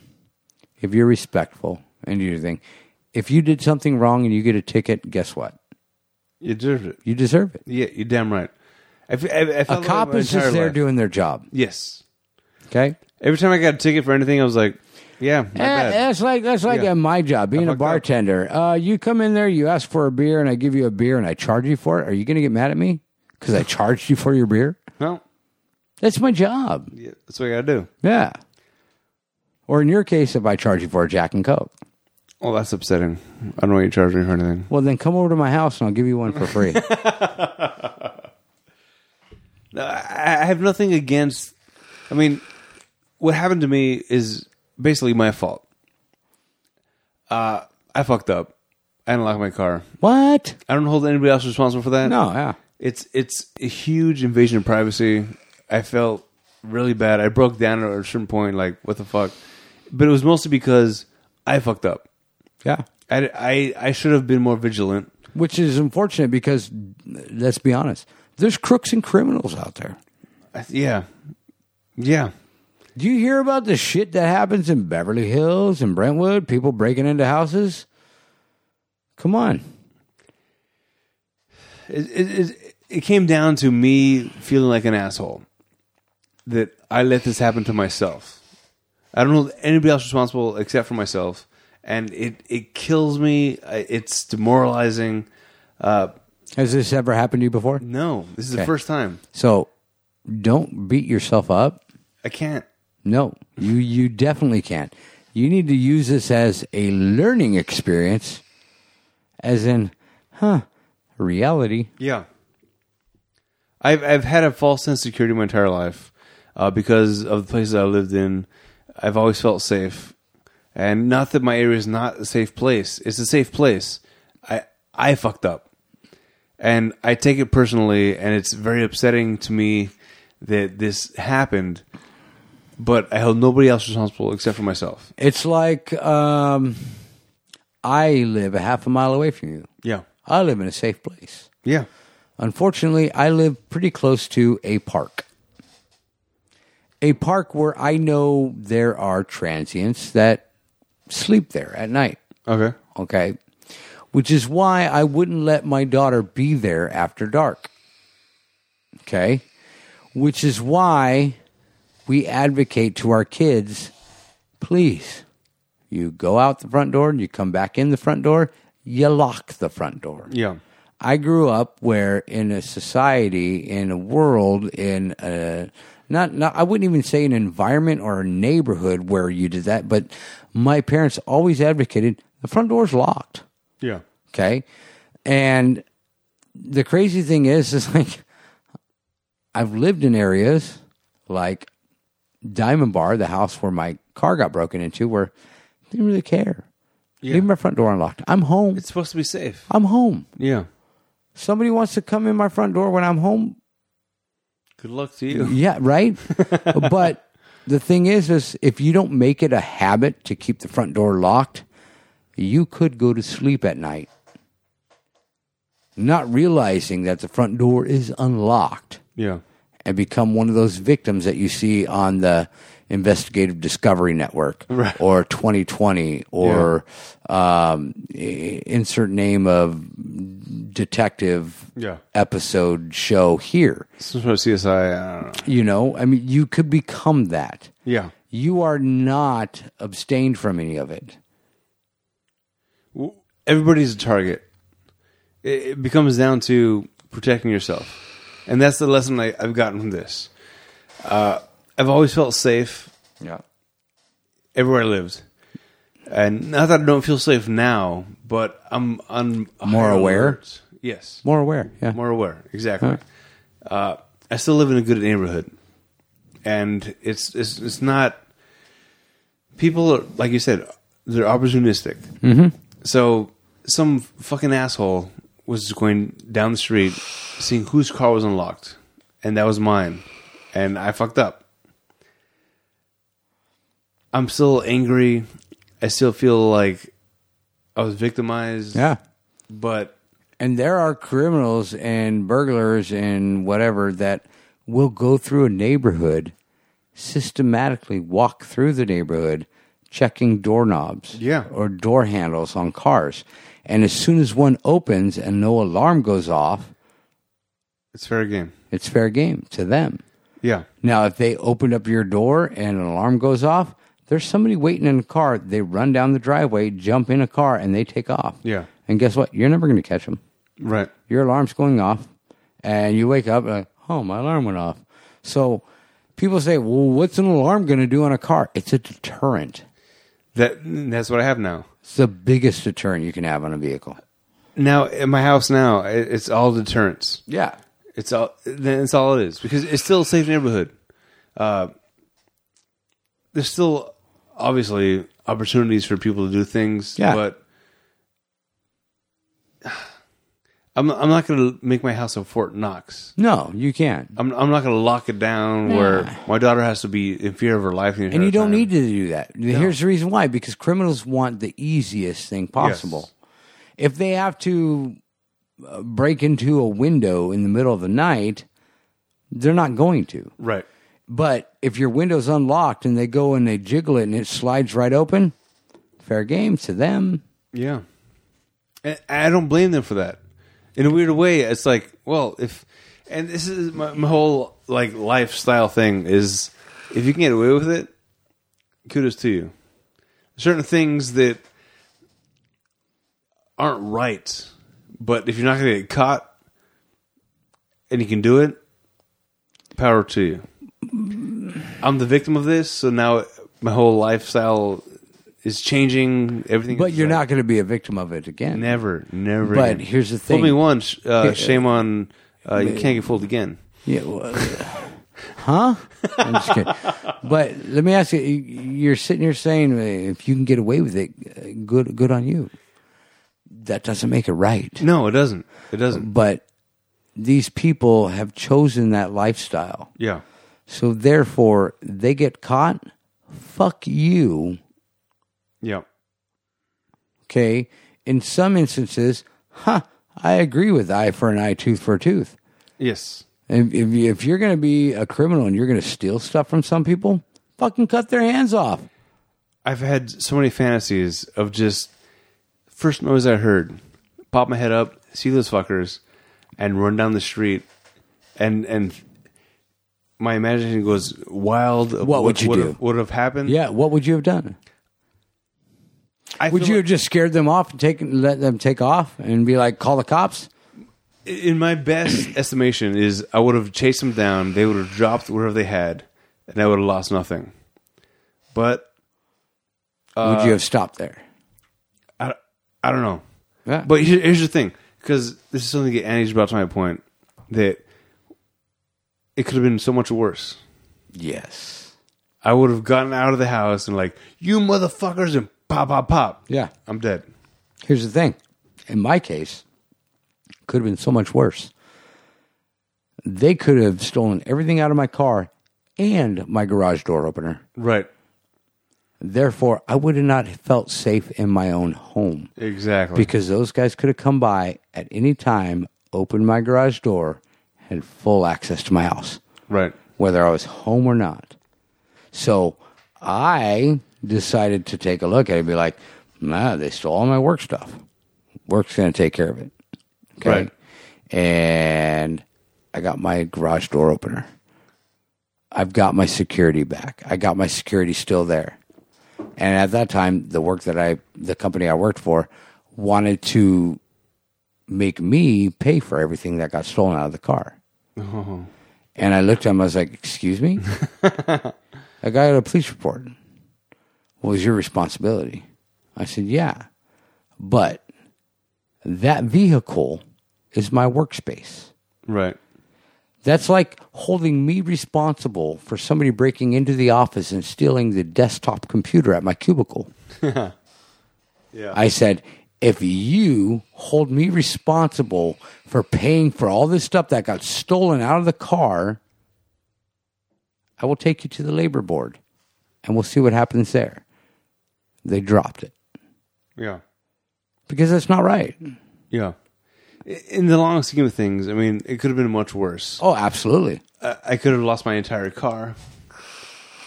S3: if you're respectful and you think, if you did something wrong and you get a ticket, guess what?
S2: You deserved it.
S3: You deserve it.
S2: Yeah, you're damn right. I fe- I- I
S3: A
S2: felt that
S3: cop
S2: my
S3: is just
S2: entire
S3: there
S2: life.
S3: doing their job.
S2: Yes.
S3: Okay.
S2: Every time I got a ticket for anything, I was like, yeah, my
S3: Eh,
S2: bad.
S3: That's like that's like
S2: Yeah.
S3: uh, my job being a
S2: fucked up.
S3: bartender. Uh, you come in there, you ask for a beer, and I give you a beer, and I charge you for it. Are you going to get mad at me because I charged you for your beer?
S2: Well,
S3: That's my job.
S2: yeah, that's what I got to do.
S3: Yeah. Or in your case, if I charge you for a Jack and Coke,
S2: Oh, that's upsetting. I don't know what you charge me for anything.
S3: well, then come over to my house and I'll give you one for free.
S2: No, I, I have nothing against. I mean, what happened to me is basically my fault. Uh, I fucked up. I unlocked my car.
S3: what?
S2: I don't hold anybody else responsible for that.
S3: No, yeah.
S2: it's it's a huge invasion of privacy. I felt really bad. I broke down at a certain point, like what the fuck. But it was mostly because I fucked up.
S3: Yeah.
S2: I, I, I should have been more vigilant.
S3: Which is unfortunate because, let's be honest, there's crooks and criminals out there.
S2: I, yeah, yeah.
S3: Do you hear about the shit that happens in Beverly Hills and Brentwood? People breaking into houses? Come on.
S2: It, it, it, it came down to me feeling like an asshole that I let this happen to myself. I don't hold anybody else responsible except for myself, and it it kills me. I- It's demoralizing. Uh,
S3: Has this ever happened to you before?
S2: no, this is the
S3: Okay.
S2: first time.
S3: So don't beat yourself up.
S2: I can't.
S3: No, you you definitely can't. You need to use this as a learning experience, as in, huh, reality.
S2: Yeah. I've I've had a false sense of security my entire life uh, because of the places I lived in. I've always felt safe, and not that my area is not a safe place. It's a safe place. I I fucked up, and I take it personally, and it's very upsetting to me that this happened. But I held nobody else responsible except for myself.
S3: It's like um, I live a half a mile away from you.
S2: Yeah,
S3: I live in a safe place.
S2: yeah,
S3: Unfortunately, I live pretty close to a park. A park where I know there are transients that sleep there at night.
S2: okay,
S3: okay? Which is why I wouldn't let my daughter be there after dark. Okay? Which is why we advocate to our kids please, you go out the front door and you come back in the front door, you lock the front door.
S2: yeah,
S3: I grew up where in a society, in a world, in a not, not I wouldn't even say an environment or a neighborhood where you did that, but my parents always advocated the front door's locked.
S2: yeah,
S3: Okay. And the crazy thing is, is like I've lived in areas like Diamond Bar, the house where my car got broken into, where I didn't really care. Leave my front door unlocked. I'm home.
S2: It's supposed to be safe.
S3: I'm home
S2: Yeah.
S3: somebody wants to come in my front door when I'm home.
S2: Good luck to you.
S3: Yeah, right. but the thing is, is if you don't make it a habit to keep the front door locked, you could go to sleep at night not realizing that the front door is unlocked
S2: Yeah.
S3: and become one of those victims that you see on the investigative discovery network
S2: Right.
S3: or 2020 or um, i- insert name of detective
S2: Yeah.
S3: episode show here
S2: Some sort of CSI. I don't know.
S3: you know i mean you could become that
S2: Yeah.
S3: you are not abstained from any of it
S2: W- Everybody's a target. It, it becomes down to protecting yourself, and that's the lesson I, I've gotten from this. Uh, I've always felt safe
S3: yeah
S2: everywhere I lived, and not that I don't feel safe now, but I'm on
S3: More
S2: higher
S3: aware?
S2: alert. Yes,
S3: more aware yeah
S2: more aware. Exactly.
S3: Huh.
S2: Uh, I still live in a good neighborhood, and it's it's it's not. People are like you said, they're opportunistic. Mm-hmm. So some fucking asshole was just going down the street, seeing whose car was unlocked, and that was mine, and I fucked up. I'm still angry. I still feel like I was victimized.
S3: yeah
S2: but
S3: And there are criminals and burglars and whatever that will go through a neighborhood, systematically walk through the neighborhood, checking doorknobs
S2: Yeah.
S3: or door handles on cars. And as soon as one opens and no alarm goes off,
S2: it's fair game.
S3: it's fair game to them.
S2: Yeah.
S3: Now, if they open up your door and an alarm goes off, there's somebody waiting in a car. They run down the driveway, jump in a car, and they take off.
S2: Yeah.
S3: And guess what? You're never going to catch them
S2: Right.
S3: your alarm's going off, and you wake up like, oh, my alarm went off. So people say, well, what's an alarm going to do on a car? It's a deterrent.
S2: That that's what I have now.
S3: It's the biggest deterrent you can have on a vehicle.
S2: Now in my house now, i- it's all deterrence.
S3: Yeah.
S2: It's all then it's all it is because it's still a safe neighborhood. Uh, there's still obviously opportunities for people to do things,
S3: Yeah.
S2: but I'm I'm not going to make my house a Fort Knox.
S3: No, you can't.
S2: I'm I'm not going to lock it down where my daughter has to be in fear of her life. the
S3: And
S2: entire
S3: you don't
S2: time.
S3: need to do that. Here's the reason why because criminals want the easiest thing possible. If they have to uh, break into a window in the middle of the night, they're not going to.
S2: right.
S3: But if your window's unlocked and they go and they jiggle it and it slides right open, fair game to them.
S2: Yeah. And I don't blame them for that. In a weird way, it's like, well, if and this is my, my whole like lifestyle thing is if you can get away with it, kudos to you. Certain things that aren't right, but if you're not going to get caught and you can do it, power to you. I'm the victim of this, so now my whole lifestyle is changing. Everything,
S3: But
S2: is
S3: you're
S2: like-
S3: not going to be a victim of it again.
S2: Never, never.
S3: But
S2: again.
S3: here's the
S2: Fool me
S3: thing.
S2: once, uh, shame on. Uh, you can't get fooled again.
S3: Yeah, well, huh? I'm just kidding. But let me ask you: you- You're sitting here saying uh, if you can get away with it, uh, good, good on you. That doesn't make it right.
S2: No, it doesn't. It doesn't.
S3: But these people have chosen that lifestyle.
S2: Yeah,
S3: So therefore, they get caught. Fuck you.
S2: yeah,
S3: Okay. In some instances, huh, I agree with eye for an eye, tooth for a tooth.
S2: yes,
S3: If, if, you- if you're going to be a criminal and you're going to steal stuff from some people, fucking cut their hands off.
S2: I've had so many fantasies of just first noise I heard, pop my head up, see those fuckers, and run down the street, and and my imagination goes wild. of
S3: What would you do?
S2: Have, would have happened?
S3: Yeah. What would you have done?
S2: I
S3: Would
S2: feel
S3: you
S2: like-
S3: have just scared them off and taken, let them take off and be like, call the cops?
S2: in my best estimation is I would have chased them down, they would have dropped whatever they had, and I would have lost nothing. But Uh,
S3: would you have stopped there?
S2: I, I don't know.
S3: Yeah.
S2: But here, here's the thing, because this is something that Annie's brought to my point that it could have been so much worse.
S3: Yes.
S2: I would have gotten out of the house and like you motherfuckers and pop pop pop.
S3: Yeah.
S2: I'm dead.
S3: Here's the thing. In my case, could have been so much worse. They could have stolen everything out of my car and my garage door opener.
S2: Right.
S3: Therefore, I would have not felt safe in my own home
S2: Exactly.
S3: because those guys could have come by at any time, opened my garage door, had full access to my house,
S2: right.
S3: whether I was home or not. So I decided to take a look at it and be like, nah, they stole all my work stuff. Work's going to take care of it. Okay.
S2: Right.
S3: And I got my garage door opener. I've got my security back. I got my security still there. And at that time, the work that I, the company I worked for, wanted to make me pay for everything that got stolen out of the car. And I looked at him. I was like, "Excuse me." I got a police report. What was your responsibility? I said, "Yeah, but that vehicle is my workspace.
S2: Right.
S3: That's like holding me responsible for somebody breaking into the office and stealing the desktop computer at my cubicle."
S2: Yeah.
S3: I said, if you hold me responsible for paying for all this stuff that got stolen out of the car, I will take you to the labor board and we'll see what happens there. They dropped it
S2: yeah.
S3: because that's not right.
S2: Yeah. I- In the long scheme of things, I mean, it could have been much worse.
S3: Oh, absolutely.
S2: I I could have lost my entire car.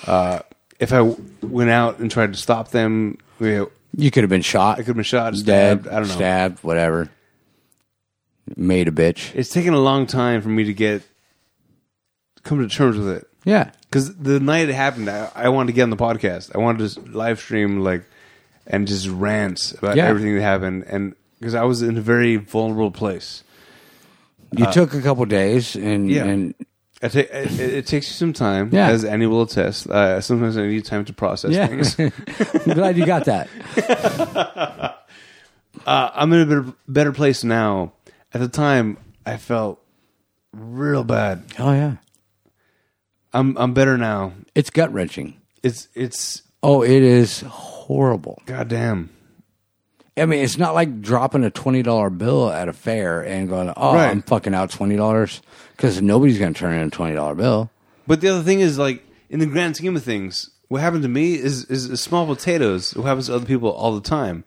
S2: Uh, if I w- went out and tried to stop them, we, I
S3: You could have been shot,
S2: could have been shot,
S3: dead,
S2: stabbed. I don't know.
S3: stabbed, whatever. Made a bitch.
S2: It's taken a long time for me to get come to terms with it.
S3: Yeah.
S2: Because the night it happened, I, I wanted to get on the podcast. I wanted to s- live stream like and just rant about
S3: Yeah.
S2: everything that happened, and because I was in a very vulnerable place.
S3: You took a couple days and,
S2: Uh, Yeah.
S3: and
S2: I ta- it, it takes you some time,
S3: Yeah.
S2: as Annie will attest. Uh, sometimes I need time to process
S3: yeah.
S2: things.
S3: I'm glad you got that.
S2: Uh, I'm in a better, better place now. At the time, I felt real bad.
S3: Oh, yeah.
S2: I'm I'm better now.
S3: It's gut wrenching.
S2: It's it's
S3: Oh, it is horrible.
S2: goddamn.
S3: I mean, it's not like dropping a twenty dollar bill at a fair and going, "Oh,
S2: Right.
S3: I'm fucking out twenty dollars," because nobody's going to turn in a twenty dollar bill.
S2: But the other thing is, like, in the grand scheme of things, what happened to me is is small potatoes. What happens to other people all the time,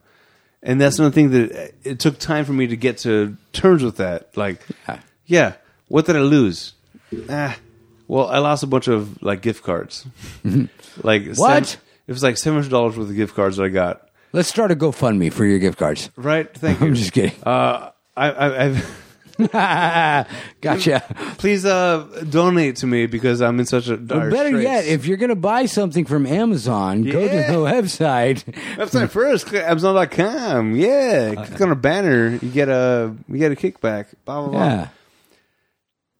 S2: and that's another thing that it took time for me to get to terms with that. Like,
S3: Yeah.
S2: yeah, what did I lose? Ah, well, I lost a bunch of like gift cards. like
S3: What?
S2: seven- it was like seven hundred dollars worth of gift cards that I got.
S3: Let's start a GoFundMe for your gift cards.
S2: Right? Thank you.
S3: I'm just kidding.
S2: Uh, I, I, I've.
S3: gotcha.
S2: Please uh, donate to me because I'm in such a dire
S3: Better
S2: straits.
S3: yet, if you're going to buy something from Amazon, go to
S2: Yeah.
S3: the website.
S2: Website first, click Amazon.com. Yeah, click on a banner. You get a you get a kickback. Blah blah blah.
S3: Yeah,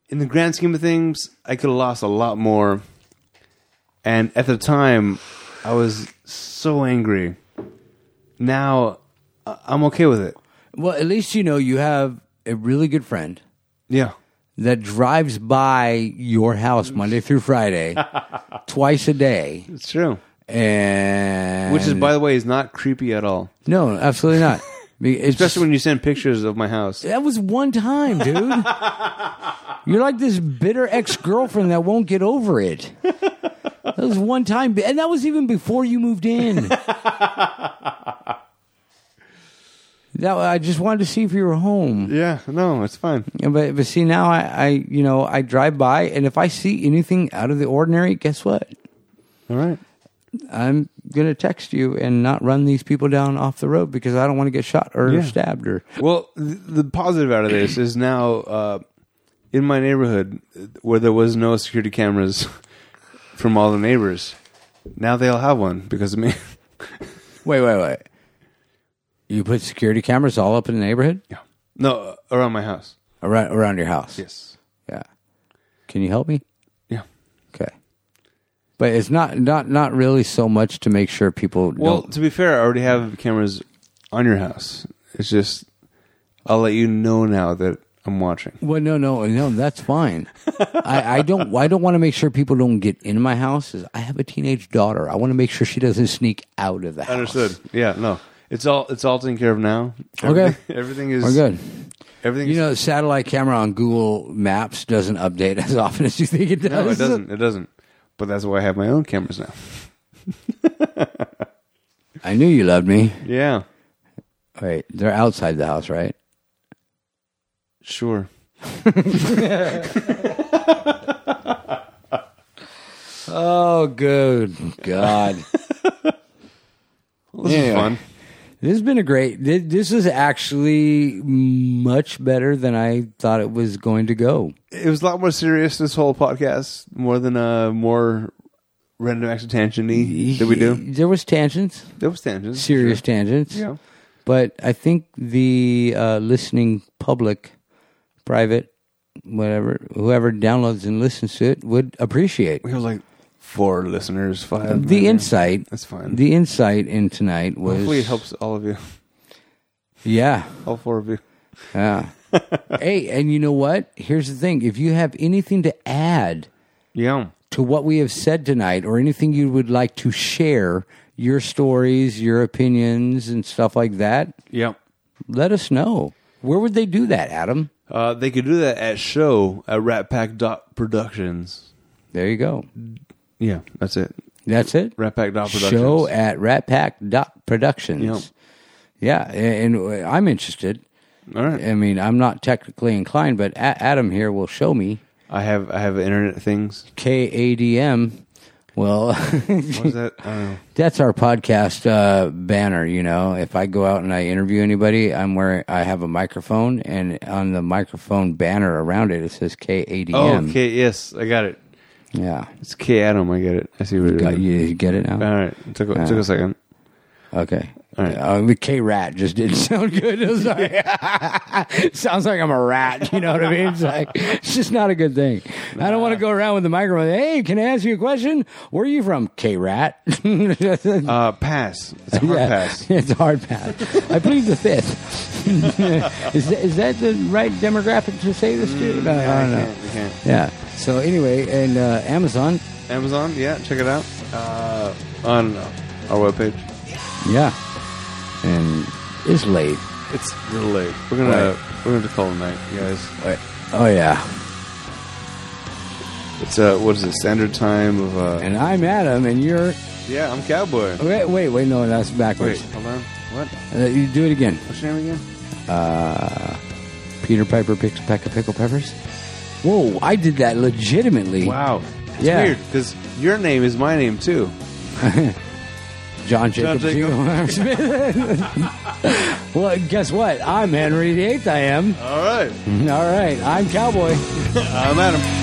S2: In the grand scheme of things, I could have lost a lot more. And at the time, I was so angry. Now, I- I'm okay with it.
S3: well, at least you know you have a really good friend
S2: Yeah,
S3: that drives by your house Monday through Friday, twice a day,
S2: it's true.
S3: and
S2: Which is, by the way, is not creepy at all.
S3: No, absolutely not. Be- It's
S2: Especially when you send pictures of my house.
S3: that was one time, dude. You're like this bitter ex girlfriend that won't get over it. That was one time, and that was even before you moved in. That I just wanted to see if you were home,
S2: Yeah, no, it's fine.
S3: Yeah, but but see now I, I you know I drive by and if I see anything out of the ordinary, guess what?
S2: All right.
S3: I'm gonna text you and not run these people down off the road because I don't want to get shot or
S2: Yeah.
S3: stabbed or
S2: Well, th- the positive out of this is now uh, in my neighborhood uh, where there was no security cameras from all the neighbors. Now they all have one because of me.
S3: Wait, wait, wait. You put security cameras all up in the neighborhood
S2: Yeah. No, uh, around my house.
S3: around around your house.
S2: Yes.
S3: Yeah. Can you help me?
S2: Yeah.
S3: Okay. But it's not not not really so much to make sure people
S2: Well,
S3: don't.
S2: to be fair, I already have cameras on your house. It's just I'll let you know now that I'm watching.
S3: Well, no, no, no. That's fine. I, I don't. I don't want to make sure people don't get in my house. Is I have a teenage daughter. I want to make sure she doesn't sneak out of the house.
S2: Understood. Yeah. No. It's all it's all taken care of now.
S3: Okay.
S2: Everything, everything is
S3: We're good.
S2: Everything.
S3: You
S2: is,
S3: know, the satellite camera on Google Maps doesn't update as often as you
S2: Oh,
S3: think it does.
S2: no, it doesn't. It doesn't. But that's why I have my own cameras now.
S3: I knew you loved me.
S2: Yeah,
S3: Wait, they're outside the house, right?
S2: sure.
S3: Oh, good God.
S2: This is
S3: Anyway.
S2: fun.
S3: This has been a great. thi- This is actually much better than I thought it was going to go.
S2: It was a lot more serious this whole podcast, more than uh more random acts of tangent that we do.
S3: There was tangents,
S2: There was tangents.
S3: serious tangents.
S2: Yeah.
S3: But I think the uh, listening public, private, whatever, whoever downloads and listens to it would appreciate
S2: We have like four listeners, five.
S3: the
S2: maybe.
S3: insight.
S2: That's fine.
S3: The insight in tonight was
S2: Hopefully, it helps all of you,
S3: Yeah,
S2: all four of you.
S3: yeah. hey, and you know what? Here's the thing: if you have anything to add.
S2: Yeah.
S3: to what we have said tonight or anything you would like to share, your stories, your opinions, and stuff like that,
S2: Yeah.
S3: let us know. Where would they do that, Adam?
S2: Uh, they could do that at show at ratpack dot productions.
S3: There you go.
S2: Yeah, that's it.
S3: That's it.
S2: Ratpack dot productions.
S3: Show at ratpack.productions.
S2: Yep.
S3: Yeah, and and I'm interested.
S2: all right.
S3: I mean, I'm not technically inclined, but A- Adam here will show me.
S2: I have I have internet things.
S3: KADM. Well,
S2: What is that? I don't know.
S3: That's our podcast uh, banner. You know, if I go out and I interview anybody, I'm wearing. I have a microphone, and on the microphone banner around it, it says KADM.
S2: Oh, okay. Yes, I got it.
S3: Yeah,
S2: It's K Adam. I get it. I see what it
S3: Got- Uh.
S2: is.
S3: you, you get it
S2: All
S3: now.
S2: right. It took, it took a second.
S3: Okay.
S2: All right.
S3: Uh, the K rat just didn't sound good. It was like- sounds like I'm a rat. You know what I mean? It's like it's just not a good thing. I don't want to go around with the microphone. Hey, can I ask you a question? Where are you from, K rat?
S2: Uh, pass. It's a hard
S3: yeah,
S2: pass.
S3: It's a hard pass. I plead the fifth. is, that, is that the right demographic to say this to? No, I don't
S2: Mm, I
S3: know.
S2: can't, I can't.
S3: Yeah. So anyway, and uh, Amazon.
S2: Amazon. Yeah, check it out. Uh, on our webpage.
S3: Yeah. And it's late.
S2: It's real late. We're gonna we're gonna have to call it a night, guys.
S3: Oh yeah.
S2: It's uh, what is it? Standard time of uh.
S3: And I'm Adam, and you're.
S2: Yeah, I'm Cowboy.
S3: Wait, wait, wait. No, that's
S2: Wait,
S3: backwards.
S2: hold on. What?
S3: Uh, you do it again.
S2: What's your name again?
S3: Peter Piper picks a peck of pickle peppers. Whoa! I did that legitimately.
S2: Wow. It's
S3: Yeah.
S2: weird because your name is my name too.
S3: John
S2: John
S3: Jacob,
S2: Jacob.
S3: Jingleheimer Smith. well, guess what? I'm Henry VIII. I am.
S2: All right.
S3: All right, I'm Cowboy.
S2: I'm Adam.